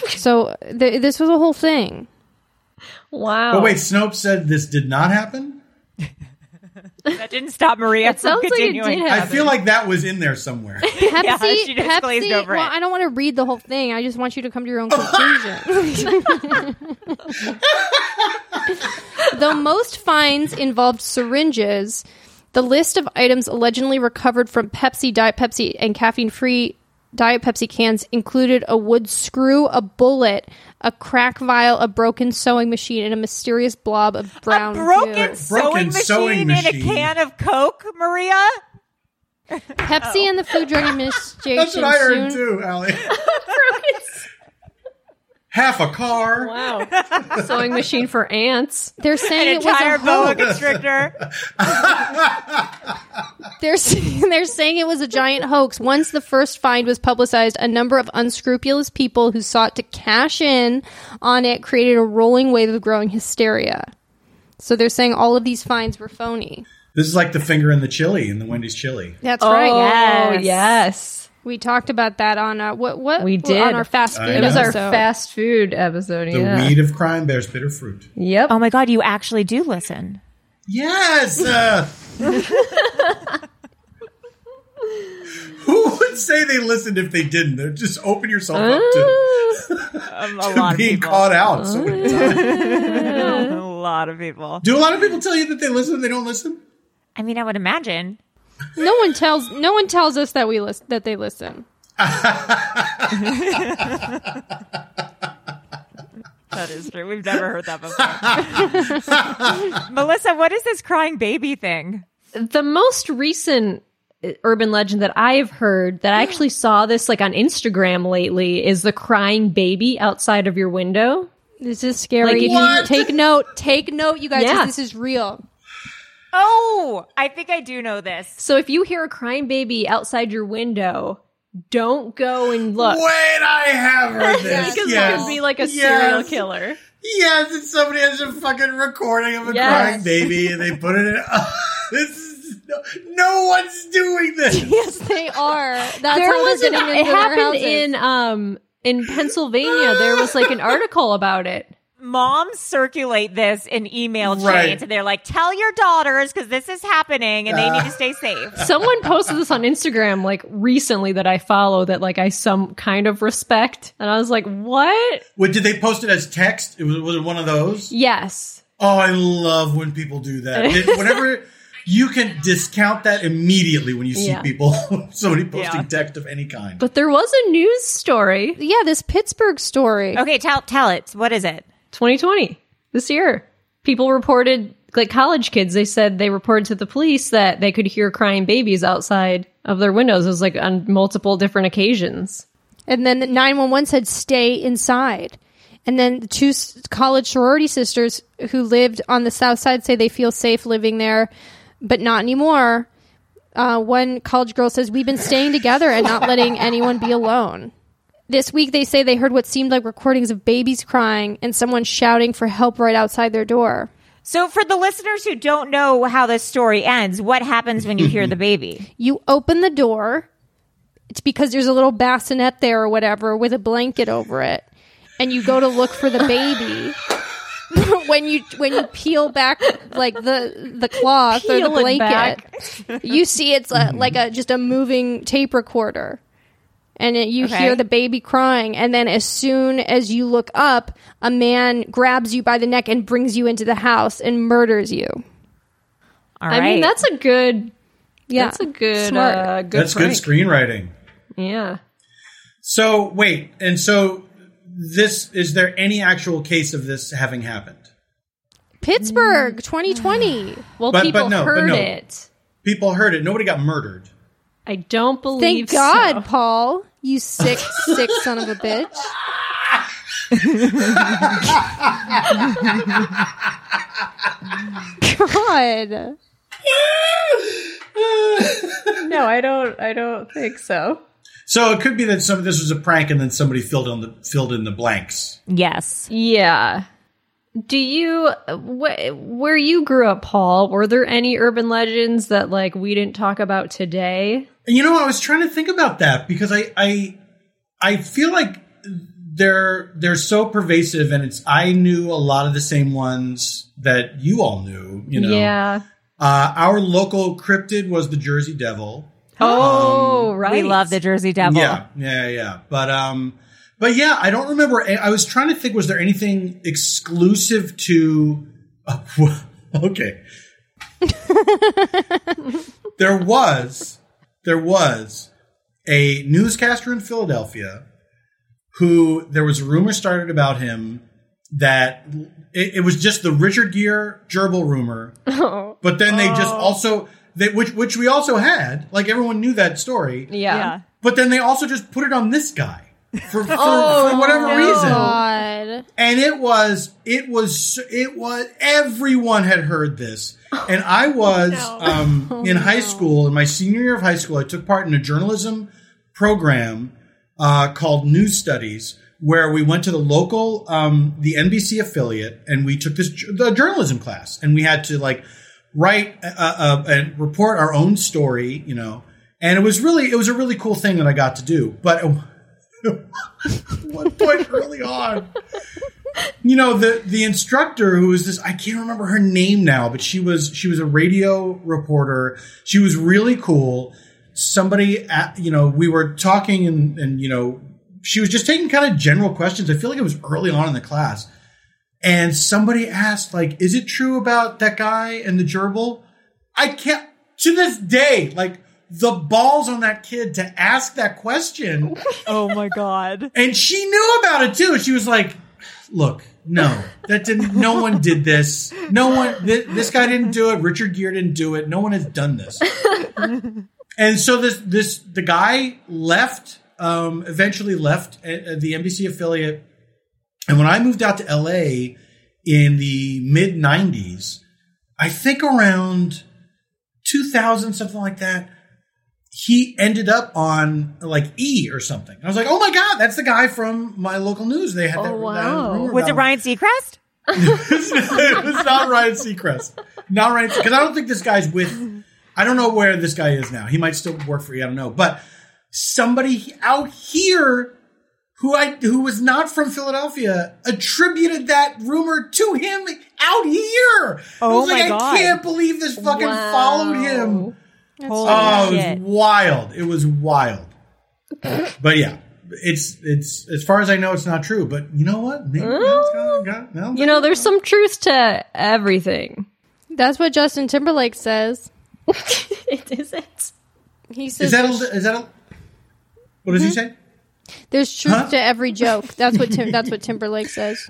so th- this was a whole thing. Wow. Oh. But wait, Snopes said this did not happen? that didn't stop Maria That from sounds like it continuing. did I feel like that was in there somewhere. Pepsi, Yeah, she just Pepsi. glazed over well, it. I don't want to read the whole thing. I just want you to come to your own conclusion. Though most fines involved syringes, the list of items allegedly recovered from Pepsi, Diet Pepsi, and caffeine-free Diet Pepsi cans included a wood screw, a bullet, a crack vial, a broken sewing machine, and a mysterious blob of brown broken, goo. sewing, sewing machine in a machine. can of Coke, Maria. Pepsi and the Food Drug Administration. That's what I heard soon- too, Allie. Half a car. Wow. Sewing machine for ants. They're saying An it was entire a boa hoax. constrictor. They're saying, they're saying it was a giant hoax. Once the first find was publicized, a number of unscrupulous people who sought to cash in on it created a rolling wave of growing hysteria. So they're saying all of these finds were phony. This is like the finger in the chili in the Wendy's chili. That's oh, right. yes. We talked about that on uh, what what We did. on our fast food. I It was our episode. fast food episode. The yeah. weed of crime bears bitter fruit. Yep. Oh my god, you actually do listen. Yes. uh. Who would say they listened if they didn't? They're just open yourself up to, Um, to a lot of being people. caught out. So many times. a lot of people. Do a lot of people tell you that they listen and they don't listen? I mean, I would imagine. No one tells no one tells us that we listen that they listen. That is true. We've never heard that before. Melissa, what is this crying baby thing? the most recent uh, urban legend that I've heard that I actually saw this like on Instagram lately is the crying baby outside of your window. This is scary. Like, if you What? take note, take note, you guys. 'cause Yeah. This is real. Oh, I think I do know this. So if you hear a crying baby outside your window, don't go and look. Wait, I have heard this. Because yes. it could be like a Yes. serial killer. Yes, and somebody has a fucking recording of a Yes. crying baby, and they put it in. uh, this is no, no one's doing this. Yes, they are. That's there how was they're an, getting it into their happened houses. in um in Pennsylvania. there was like an article about it. Moms circulate this in email chains, Right. and they're like, "Tell your daughters because this is happening, and they Ah. need to stay safe." Someone posted this on Instagram like recently that I follow that like I some kind of respect, and I was like, "What? Wait, did they post it as text? It was, was it one of those? Yes, Oh, I love when people do that. It- whenever you can discount that immediately when you see Yeah. people somebody posting Yeah. text of any kind. But there was a news story, Yeah, this Pittsburgh story. Okay, tell tell it. What is it? 2020, this year. People reported, like college kids, they said they reported to the police that they could hear crying babies outside of their windows. It was like on multiple different occasions. And then the 911 said, stay inside. And then the two s- college sorority sisters who lived on the south side say they feel safe living there, but not anymore. Uh, one college girl says, We've been staying together and not letting anyone be alone. This week, they say they heard what seemed like recordings of babies crying and someone shouting for help right outside their door. So, for the listeners who don't know how this story ends, what happens when you hear the baby? you open the door. It's because there's a little bassinet there or whatever with a blanket over it, and you go to look for the baby. when you when you peel back like the the cloth or Peel the it blanket, you see it's a, Mm-hmm. like a just a moving tape recorder, and it, you Okay. hear the baby crying. And then as soon as you look up, a man grabs you by the neck and brings you into the house and murders you. All I right. mean, that's a good, yeah, that's a good, Smart. uh, good, That's good prank. screenwriting. Yeah. So wait, and so this is there any actual case of this having happened? Mm. Pittsburgh, 2020. Well, But- but people no, but heard no. it. People heard it. Nobody got murdered. I don't believe. Thank God, so. Paul. You sick, sick son of a bitch. God. No, I don't. I don't think so. So it could be that some this was a prank, and then somebody filled in the filled in the blanks. yes. Yeah. Do you wh- where you grew up, Paul? Were there any urban legends that like we didn't talk about today? You know, I was trying to think about that because I I I feel like they're they're so pervasive and it's I knew a lot of the same ones that you all knew, you know. Yeah. Uh, our local cryptid was the Jersey Devil. Oh, right. We love the Jersey Devil. Um, Yeah, yeah, yeah. But um, but yeah, I don't remember. I I was trying to think. Was there anything exclusive to? okay. there was, there was a newscaster in Philadelphia who there was a rumor started about him that it, it was just the Richard Gere gerbil rumor. Oh. But then they just also they which which we also had like everyone knew that story. Yeah. Yeah. But then they also just put it on this guy for for, Oh, for whatever no. reason. God. And it was it was it was everyone had heard this. And I was um, in high school in my senior year of high school I took part in a journalism program uh, called News Studies, where we went to the local, um, the NBC affiliate, and we took this ju- the journalism class, and we had to like write uh, uh, and report our own story, you know. And it was really, it was a really cool thing that I got to do. But one point early on, you know, the the instructor who was this, I can't remember her name now, but she was she was a radio reporter. She was really cool. Somebody, at, you know, we were talking and and you know, she was just taking kind of general questions. I feel like it was early on in the class, and somebody asked like, "Is it true about that guy and the gerbil?" I can't to this day like the balls on that kid to ask that question. Oh my god. And she knew about it too. She was like, "Look, no. That didn't no one did this. No one th- this guy didn't do it. Richard Gere didn't do it. No one has done this." and so this this the guy left um eventually left uh, the NBC affiliate and when I moved out to LA in the mid 90s, I think around 2000, something like that, he ended up on like E or something. I was like, oh my God, that's the guy from my local news. They had that, Oh. that rumor Was it about him. Ryan Seacrest? it was not Ryan Seacrest. Not Ryan, because I don't think this guy's with. I don't know where this guy is now. He might still work for you. I don't know, but somebody out here who I who was not from Philadelphia attributed that rumor to him out here. I Oh was like, my I God. can't believe this fucking Wow. followed him. Holy oh, shit. it was wild. It was wild. but yeah, it's it's as far as I know, it's not true. But you know what? Maybe that's kinda got- no, You know, there's some truth to everything. That's what Justin Timberlake says. it isn't. He says Is that there's, a, is that a, what does he say? uh, there's truth Huh? to every joke. That's what Tim, that's what Timberlake says.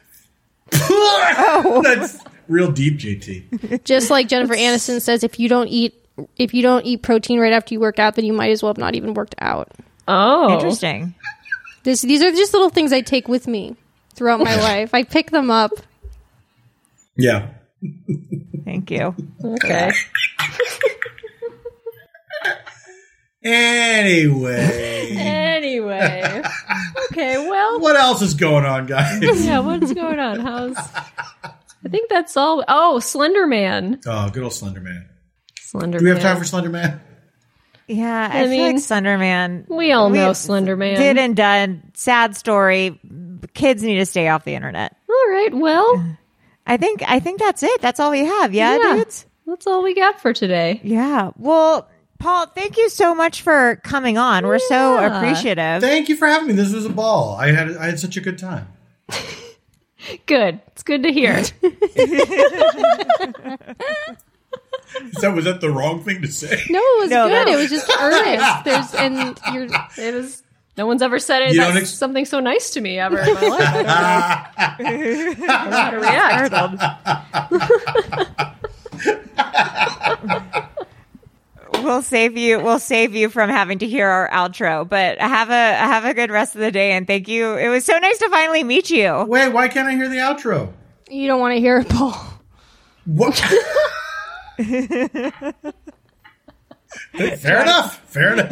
That's real deep, JT. Just like Jennifer Aniston says, if you don't eat if you don't eat protein right after you work out, then you might as well have not even worked out. Oh, Interesting. This, these are just little things I take with me throughout my life. I pick them up. Yeah. Thank you. Okay. Anyway, anyway, okay. Well, what else is going on, guys? yeah. What's going on? How's? I think that's all. Oh, Slender Man. Oh, good old Slender Man. Slender. Do we have time for Slender Man? Yeah, I, I feel like mean, Slenderman We all know Slender Man. did and done. Sad story. Kids need to stay off the internet. All right. Well, I think I think that's it. That's all we have. Yeah, Yeah. dudes. that's all we got for today. Yeah. Well, Paul, thank you so much for coming on. We're so Yeah. appreciative. Thank you for having me. This was a ball. I had I had such a good time. Good. It's good to hear. Is that was that the wrong thing to say? No, it was No, good. that- It was just earnest. There's and you're it was. No one's ever said it. You That's don't ex- something so nice to me ever in my life. I don't know how to react. We'll save you. We'll save you from having to hear our outro. But have a have a good rest of the day, and thank you. It was so nice to finally meet you. Wait, why can't I hear the outro? you don't want to hear it, Paul. What? Fair enough. Fair enough.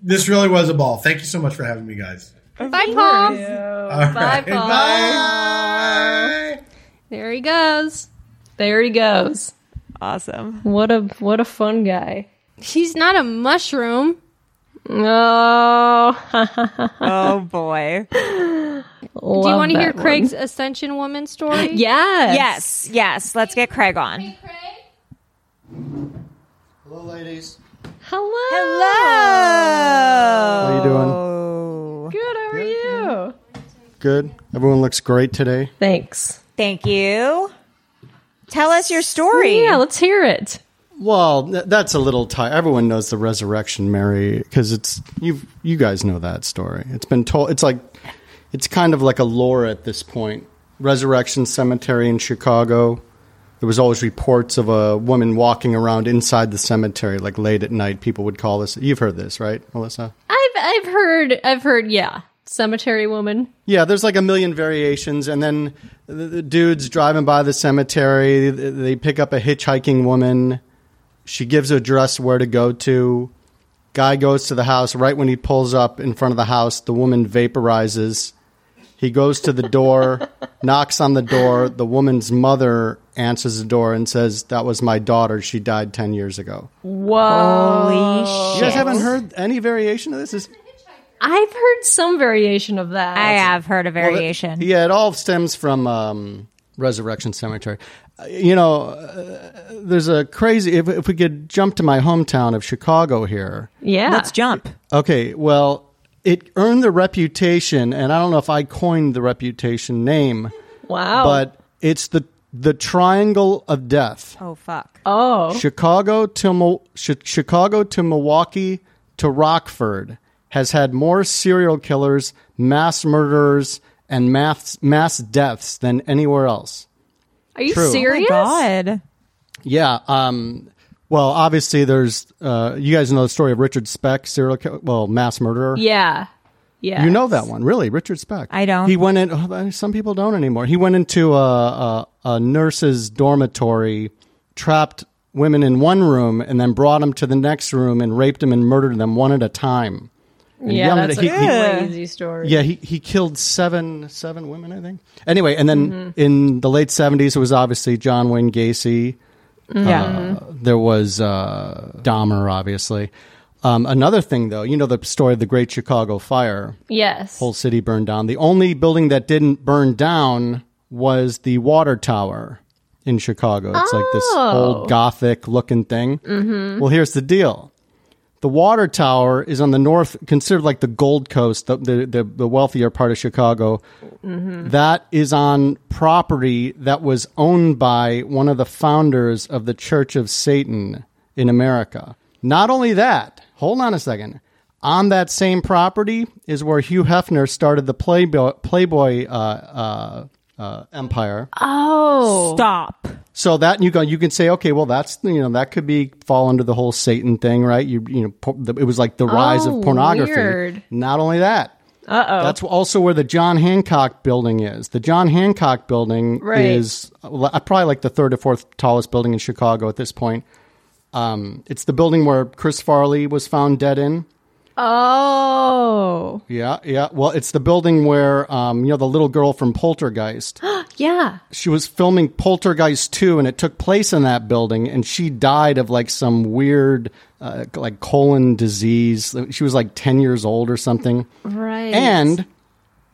this really was Oh, a ball. Thank you so much for having me, guys. Bye, Paul. All right. Bye. There he goes. There he goes. Awesome. What a what a fun guy. He's not a mushroom. Oh. oh boy. Do you want to hear Craig's Ascension Woman story? Yes. Yes. Yes. Let's get Craig on. Hello, ladies. Hello. Hello. How you doing? Good. How are you? Good. Everyone looks great today. Thanks. Thank you. Tell us your story. Yeah, let's hear it. Well, th- that's a little tight. Everyone knows the resurrection Mary because it's you. You guys know that story. It's been told. It's like it's kind of like a lore at this point. Resurrection Cemetery in Chicago. There was always reports of a woman walking around inside the cemetery, like late at night. People would call this. You've heard this, right, Melissa? I've I've heard I've heard yeah. Cemetery woman. Yeah, there's like a million variations, and then the, the dudes driving by the cemetery, th- they pick up a hitchhiking woman. She gives a address where to go to. Guy goes to the house. Right when he pulls up in front of the house, the woman vaporizes. He goes to the door, knocks on the door. The woman's mother answers the door and says, "That was my daughter. She died ten years ago." Whoa. You guys haven't heard any variation of this? Is I've heard some variation of that. I have heard a variation. Yeah, it all stems from um, Resurrection Cemetery. Uh, You know, uh, there's a crazy. If, if we could jump to my hometown of Chicago here. Yeah. Let's jump. Okay, well, it earned the reputation, and I don't know if I coined the reputation name, Wow. but it's the the Triangle of Death: Oh fuck. Oh. Chicago to Mo- Chi- Chicago to Milwaukee to Rockford has had more serial killers, mass murderers, and mass mass deaths than anywhere else. Are you True. serious? Oh God. Yeah. Um, well, obviously, there's uh, you guys know the story of Richard Speck, serial killer, well, mass murderer. Yeah. Yeah. You know that one, really, Richard Speck. I don't. He went in. oh, some people don't anymore. He went into a, a, a nurse's dormitory, trapped women in one room, and then brought them to the next room and raped them and murdered them one at a time. And Yeah, yelled that's a at- he- he- crazy story. yeah, he, he killed seven seven women, I think. Anyway, and then in the late seventies, it was obviously John Wayne Gacy. Mm-hmm. Yeah. Uh, there was uh, Dahmer, obviously. Um, another thing, though, you know the story of the Great Chicago Fire. Yes. Whole city burned down. The only building that didn't burn down was the water tower in Chicago. It's like this old Gothic looking thing. Mm-hmm. Well, here's the deal. The water tower is on the north, considered like the Gold Coast, the the, the, the wealthier part of Chicago. Mm-hmm. That is on property that was owned by one of the founders of the Church of Satan in America. Not only that, hold on a second. On that same property is where Hugh Hefner started the Playboy, Playboy uh, uh, uh, empire. Oh. Stop. So that you go, you can say, okay, well, that's you know that could be fall under the whole Satan thing, right? You you know, po- the- it was like the rise Oh, of pornography. weird. Not only that, Uh oh. that's also where the John Hancock Building is. The John Hancock Building Right. is uh, probably like the third or fourth tallest building in Chicago at this point. Um, it's the building where Chris Farley was found dead in. Oh. Yeah, yeah. Well, it's the building where um, you know the little girl from Poltergeist. Yeah. she was filming Poltergeist 2 and it took place in that building and she died of like some weird uh, like colon disease. She was like 10 years old or something. Right. And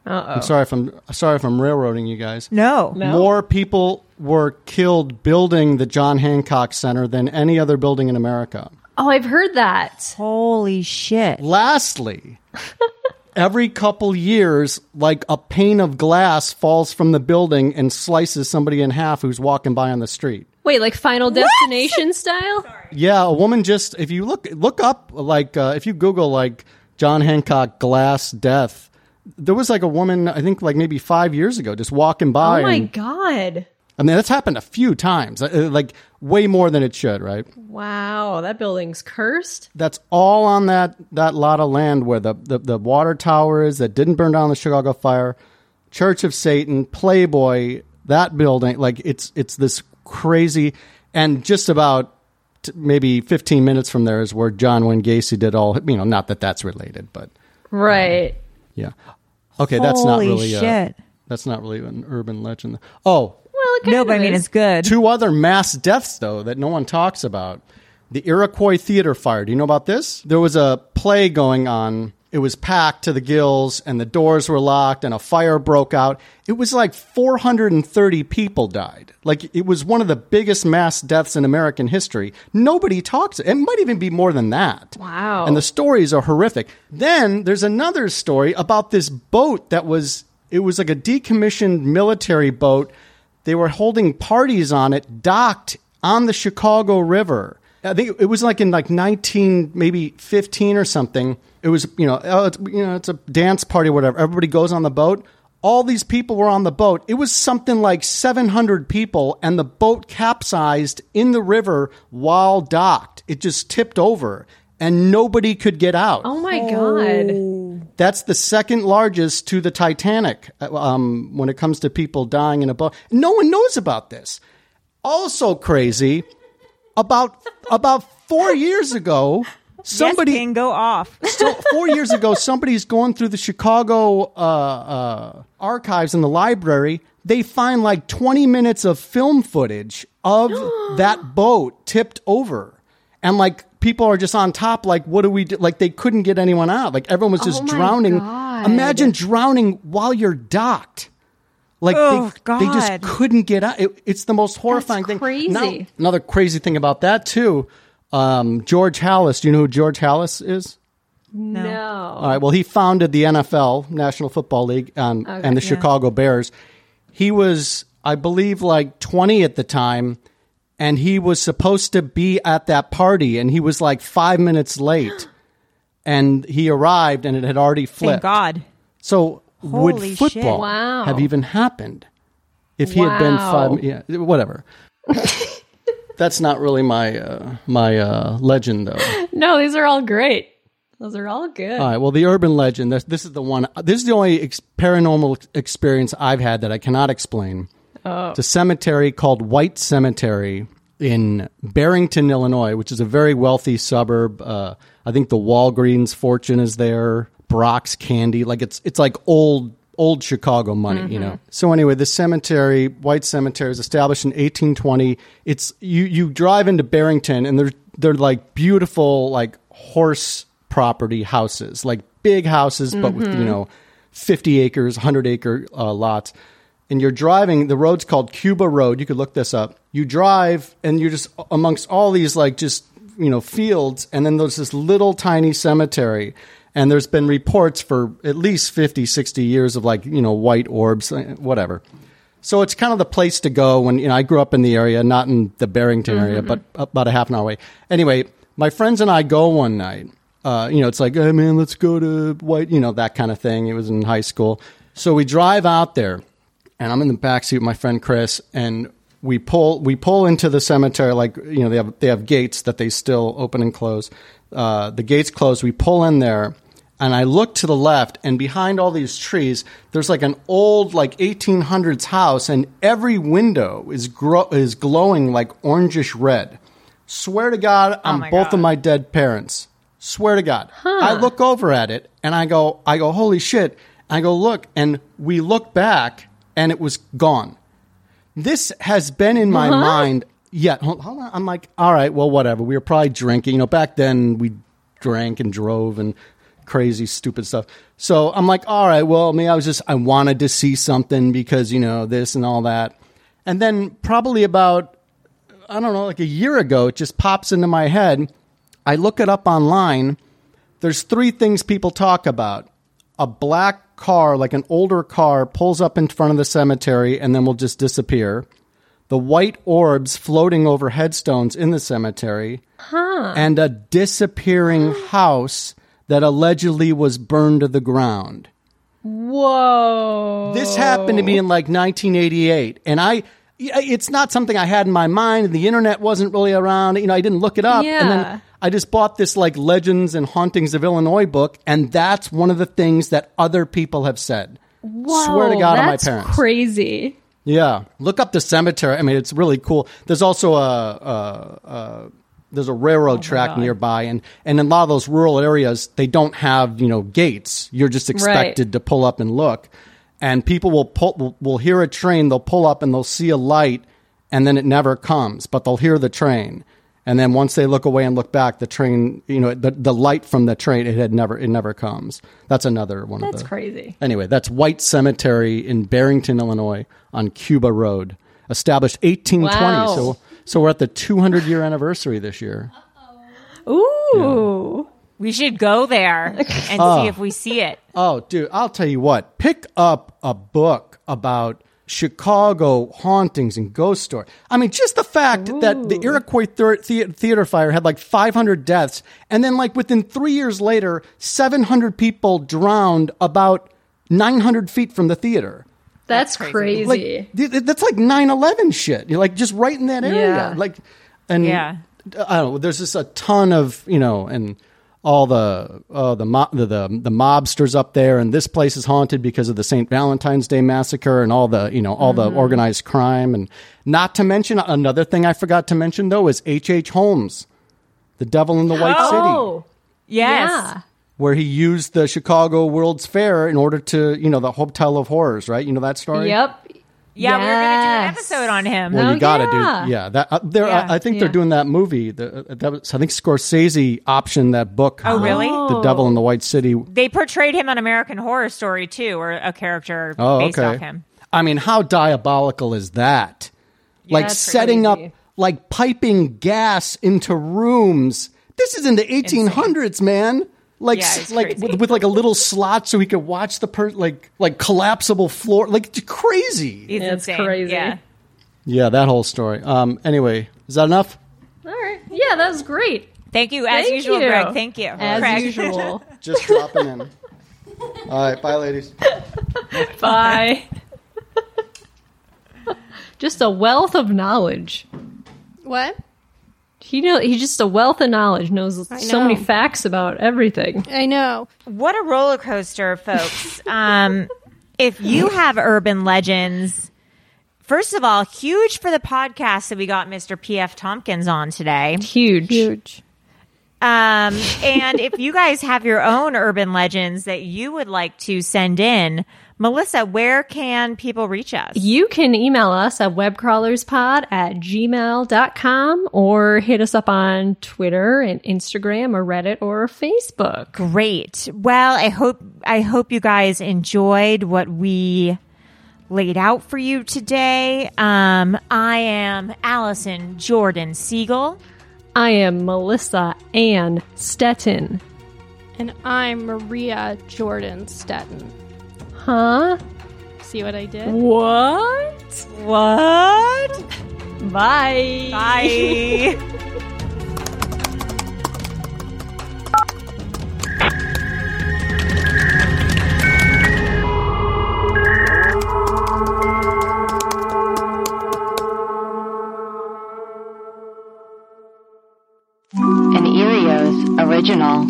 Uh I'm sorry if I'm sorry if I'm railroading you guys. No. No. More people were killed building the John Hancock Center than any other building in America. oh. I've heard that. Holy shit. Lastly, every couple years, like a pane of glass falls from the building and slices somebody in half who's walking by on the street. Wait, like Final Destination style? Yeah, a woman just if you look look up like uh, if you Google like John Hancock glass death, there was like a woman I think like maybe five years ago just walking by. Oh my and- god. I mean that's happened a few times, uh, uh, like way more than it should, right? Wow, that building's cursed. That's all on that that lot of land where the the, the water tower is that didn't burn down the Chicago fire, Church of Satan, Playboy, that building. Like it's it's this crazy, and just about t- maybe 15 minutes from there is where John Wayne Gacy did all. You know, not that that's related, but Right. yeah. Okay, that's not Holy really. uh, shit. That's not really an urban legend. Oh, well, no, but I mean, it's good. Two other mass deaths, though, that no one talks about. The Iroquois Theater fire. Do you know about this? There was a play going on. It was packed to the gills, and the doors were locked, and a fire broke out. It was like 430 people died. Like, it was one of the biggest mass deaths in American history. Nobody talks. It might even be more than that. Wow. And the stories are horrific. Then there's another story about this boat that was it was like a decommissioned military boat. They were holding parties on it docked on the Chicago River. I think it was like in like 19 maybe 15 or something. It was, you know, oh, it's, you know, it's a dance party or whatever. Everybody goes on the boat. All these people were on the boat. It was something like 700 people and the boat capsized in the river while docked. It just tipped over and nobody could get out. Oh my god. That's the second largest to the Titanic um, when it comes to people dying in a boat. No one knows about this. Also crazy, about about four years ago, somebody yes, can go off. so four years ago, somebody's going through the Chicago uh, uh, archives in the library. They find like twenty minutes of film footage of that boat tipped over, and like people are just on top like what do we do like they couldn't get anyone out like everyone was just Oh my drowning God. imagine drowning while you're docked like Oh, they, they just God. couldn't get out It- it's the most horrifying thing crazy. Now- another crazy thing about that too um, george hallis do you know who george hallis is No. all right. Well, he founded the NFL, National Football League, um, Okay. and the Yeah. Chicago Bears. He was, I believe, like 20 at the time, and he was supposed to be at that party, and he was like five minutes late, and he arrived, and it had already Thank flipped. God. So Holy would shit. football Wow. have even happened if he had been Wow. five? Yeah, whatever. That's not really my uh, my uh, legend though. No, these are all great. Those are all good. All right. Well, the urban legend. This, this is the one. This is the only ex- paranormal ex- experience I've had that I cannot explain. Oh. It's a cemetery called White Cemetery in Barrington, Illinois, which is a very wealthy suburb. Uh, I think the Walgreens fortune is there. Brock's candy, like it's it's like old old Chicago money, you know. So anyway, the cemetery, White Cemetery, was established in 1820. It's you you drive into Barrington and they're they're like beautiful like horse property houses, like big houses, but with you Mhm. know 50 acres, 100 acre uh, lots. And you're driving, the road's called Cuba Road. You could look this up. You drive and you're just amongst all these, like, just, you know, fields. And then there's this little tiny cemetery. And there's been reports for at least 50, 60 years of, like, you know, white orbs, uh, whatever. So it's kind of the place to go when, you know, I grew up in the area, not in the Barrington area, Mhm. but about a half an hour away. Anyway, my friends and I go one night. Uh, you know, it's like, hey man, let's go to White, you know, that kind of thing. It was in high school. So we drive out there, and I'm in the backseat with my friend Chris, and we pull we pull into the cemetery. Like, you know, they have they have gates that they still open and close. Uh, the gates close. We pull in there, and I look to the left, and behind all these trees, there's like an old, like 1800s house, and every window is gro- is glowing like orangish red. Swear to God, on my both of my dead parents. Swear to God, I look over at it, and I go, I go, holy shit! I go look, and we look back, and it was gone. This has been in my Huh? mind. Yeah, hold, hold on. I'm like, all right, well, whatever. We were probably drinking. You know, back then we drank and drove and crazy, stupid stuff. So I'm like, all right, well, me, I was just, I wanted to see something because, you know, this and all that. And then probably about, I don't know, like a year ago, it just pops into my head. I look it up online. There's three things people talk about a black car, like an older car, pulls up in front of the cemetery and then will just disappear. The white orbs floating over headstones in the cemetery, Huh. and a disappearing house that allegedly was burned to the ground. Whoa. This happened to me in like 1988, and I. yeah, It's not something I had in my mind, and the internet wasn't really around. You know, I didn't look it up, and Yeah. then I just bought this like Legends and Hauntings of Illinois book, and that's one of the things that other people have said. Whoa, Swear to God on my that's parents. Crazy. Yeah, look up the cemetery. I mean, it's really cool. There's also a, a, a there's a railroad track Oh God. nearby, and and in a lot of those rural areas, they don't have you know gates. You're just Right. expected to pull up and look. and people will pull will- will hear a train they'll pull up and they'll see a light and then it never comes but they'll hear the train and then once they look away and look back the train you know the, the light from the train it had never it never comes that's another one of That's the crazy. anyway that's white cemetery in barrington illinois on cuba road established 1820 Wow. so so we're at the 200 year anniversary this year Ooh. We should go there and Oh. see if we see it. Oh, dude, I'll tell you what. Pick up a book about Chicago hauntings and ghost stories. I mean, just the fact that the Iroquois Thea- Thea- Theater fire had like 500 deaths, and then like within three years later, 700 people drowned about 900 feet from the theater. That's crazy. Like, th- th- that's like 9-11 shit. You're like just right in that area. Yeah. Like, and Yeah. I don't know. There's just a ton of you know, and all the uh, the, mo- the the the mobsters up there, and this place is haunted because of the St. Valentine's Day massacre and all the you know all Mm-hmm. the organized crime, and not to mention another thing I forgot to mention though is H. H. Holmes, the Devil in the White Oh! City Oh, Yes. where he used the Chicago World's Fair in order to, you know, the Hotel of Horrors, right? You know that story? Yep. Yeah, we were going to do an Yes. episode on him. Well, you gotta yeah. do, Oh, yeah. That uh, there, Yeah. I, I think Yeah. they're doing that movie. The, uh, that was, I think Scorsese optioned that book. Oh, uh, really? The Devil in the White City. They portrayed him on American Horror Story too, or a character Oh, based okay. off him. I mean, how diabolical is that? like that's setting crazy. up, like piping gas into rooms. This is in the 1800s, man. Like, Yeah, it's like crazy. with, with like a little slot so he could watch the per like like collapsible floor. Like it's crazy. He's That's insane. crazy. Yeah. Yeah, that whole story. Um. Anyway, is that enough? All right. Yeah, that was great. Thank you, as Thank usual, you. Greg. Thank you, As Craig. usual. Just dropping in. All right. Bye, ladies. Bye. just a wealth of knowledge. What? He know he's just a wealth of knowledge. Knows I so many know. facts about everything. I know. What a roller coaster, folks. um, if you have urban legends, first of all, huge for the podcast that we got Mr. PF Tompkins on today. Huge. Huge. Um, and if you guys have your own urban legends that you would like to send in, Melissa, where can people reach us? You can email us at webcrawlerspod at gmail.com or hit us up on Twitter and Instagram or Reddit or Facebook. Great. Well, I hope I hope you guys enjoyed what we laid out for you today. Um, I am Allison Jordan Siegel. I am Melissa Ann Stetton. And I'm Maria Jordan Stetton. Huh? See what I did? What? What? Bye. Bye. An Erios original.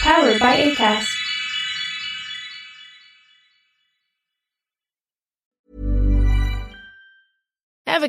Powered by ACAST. Ever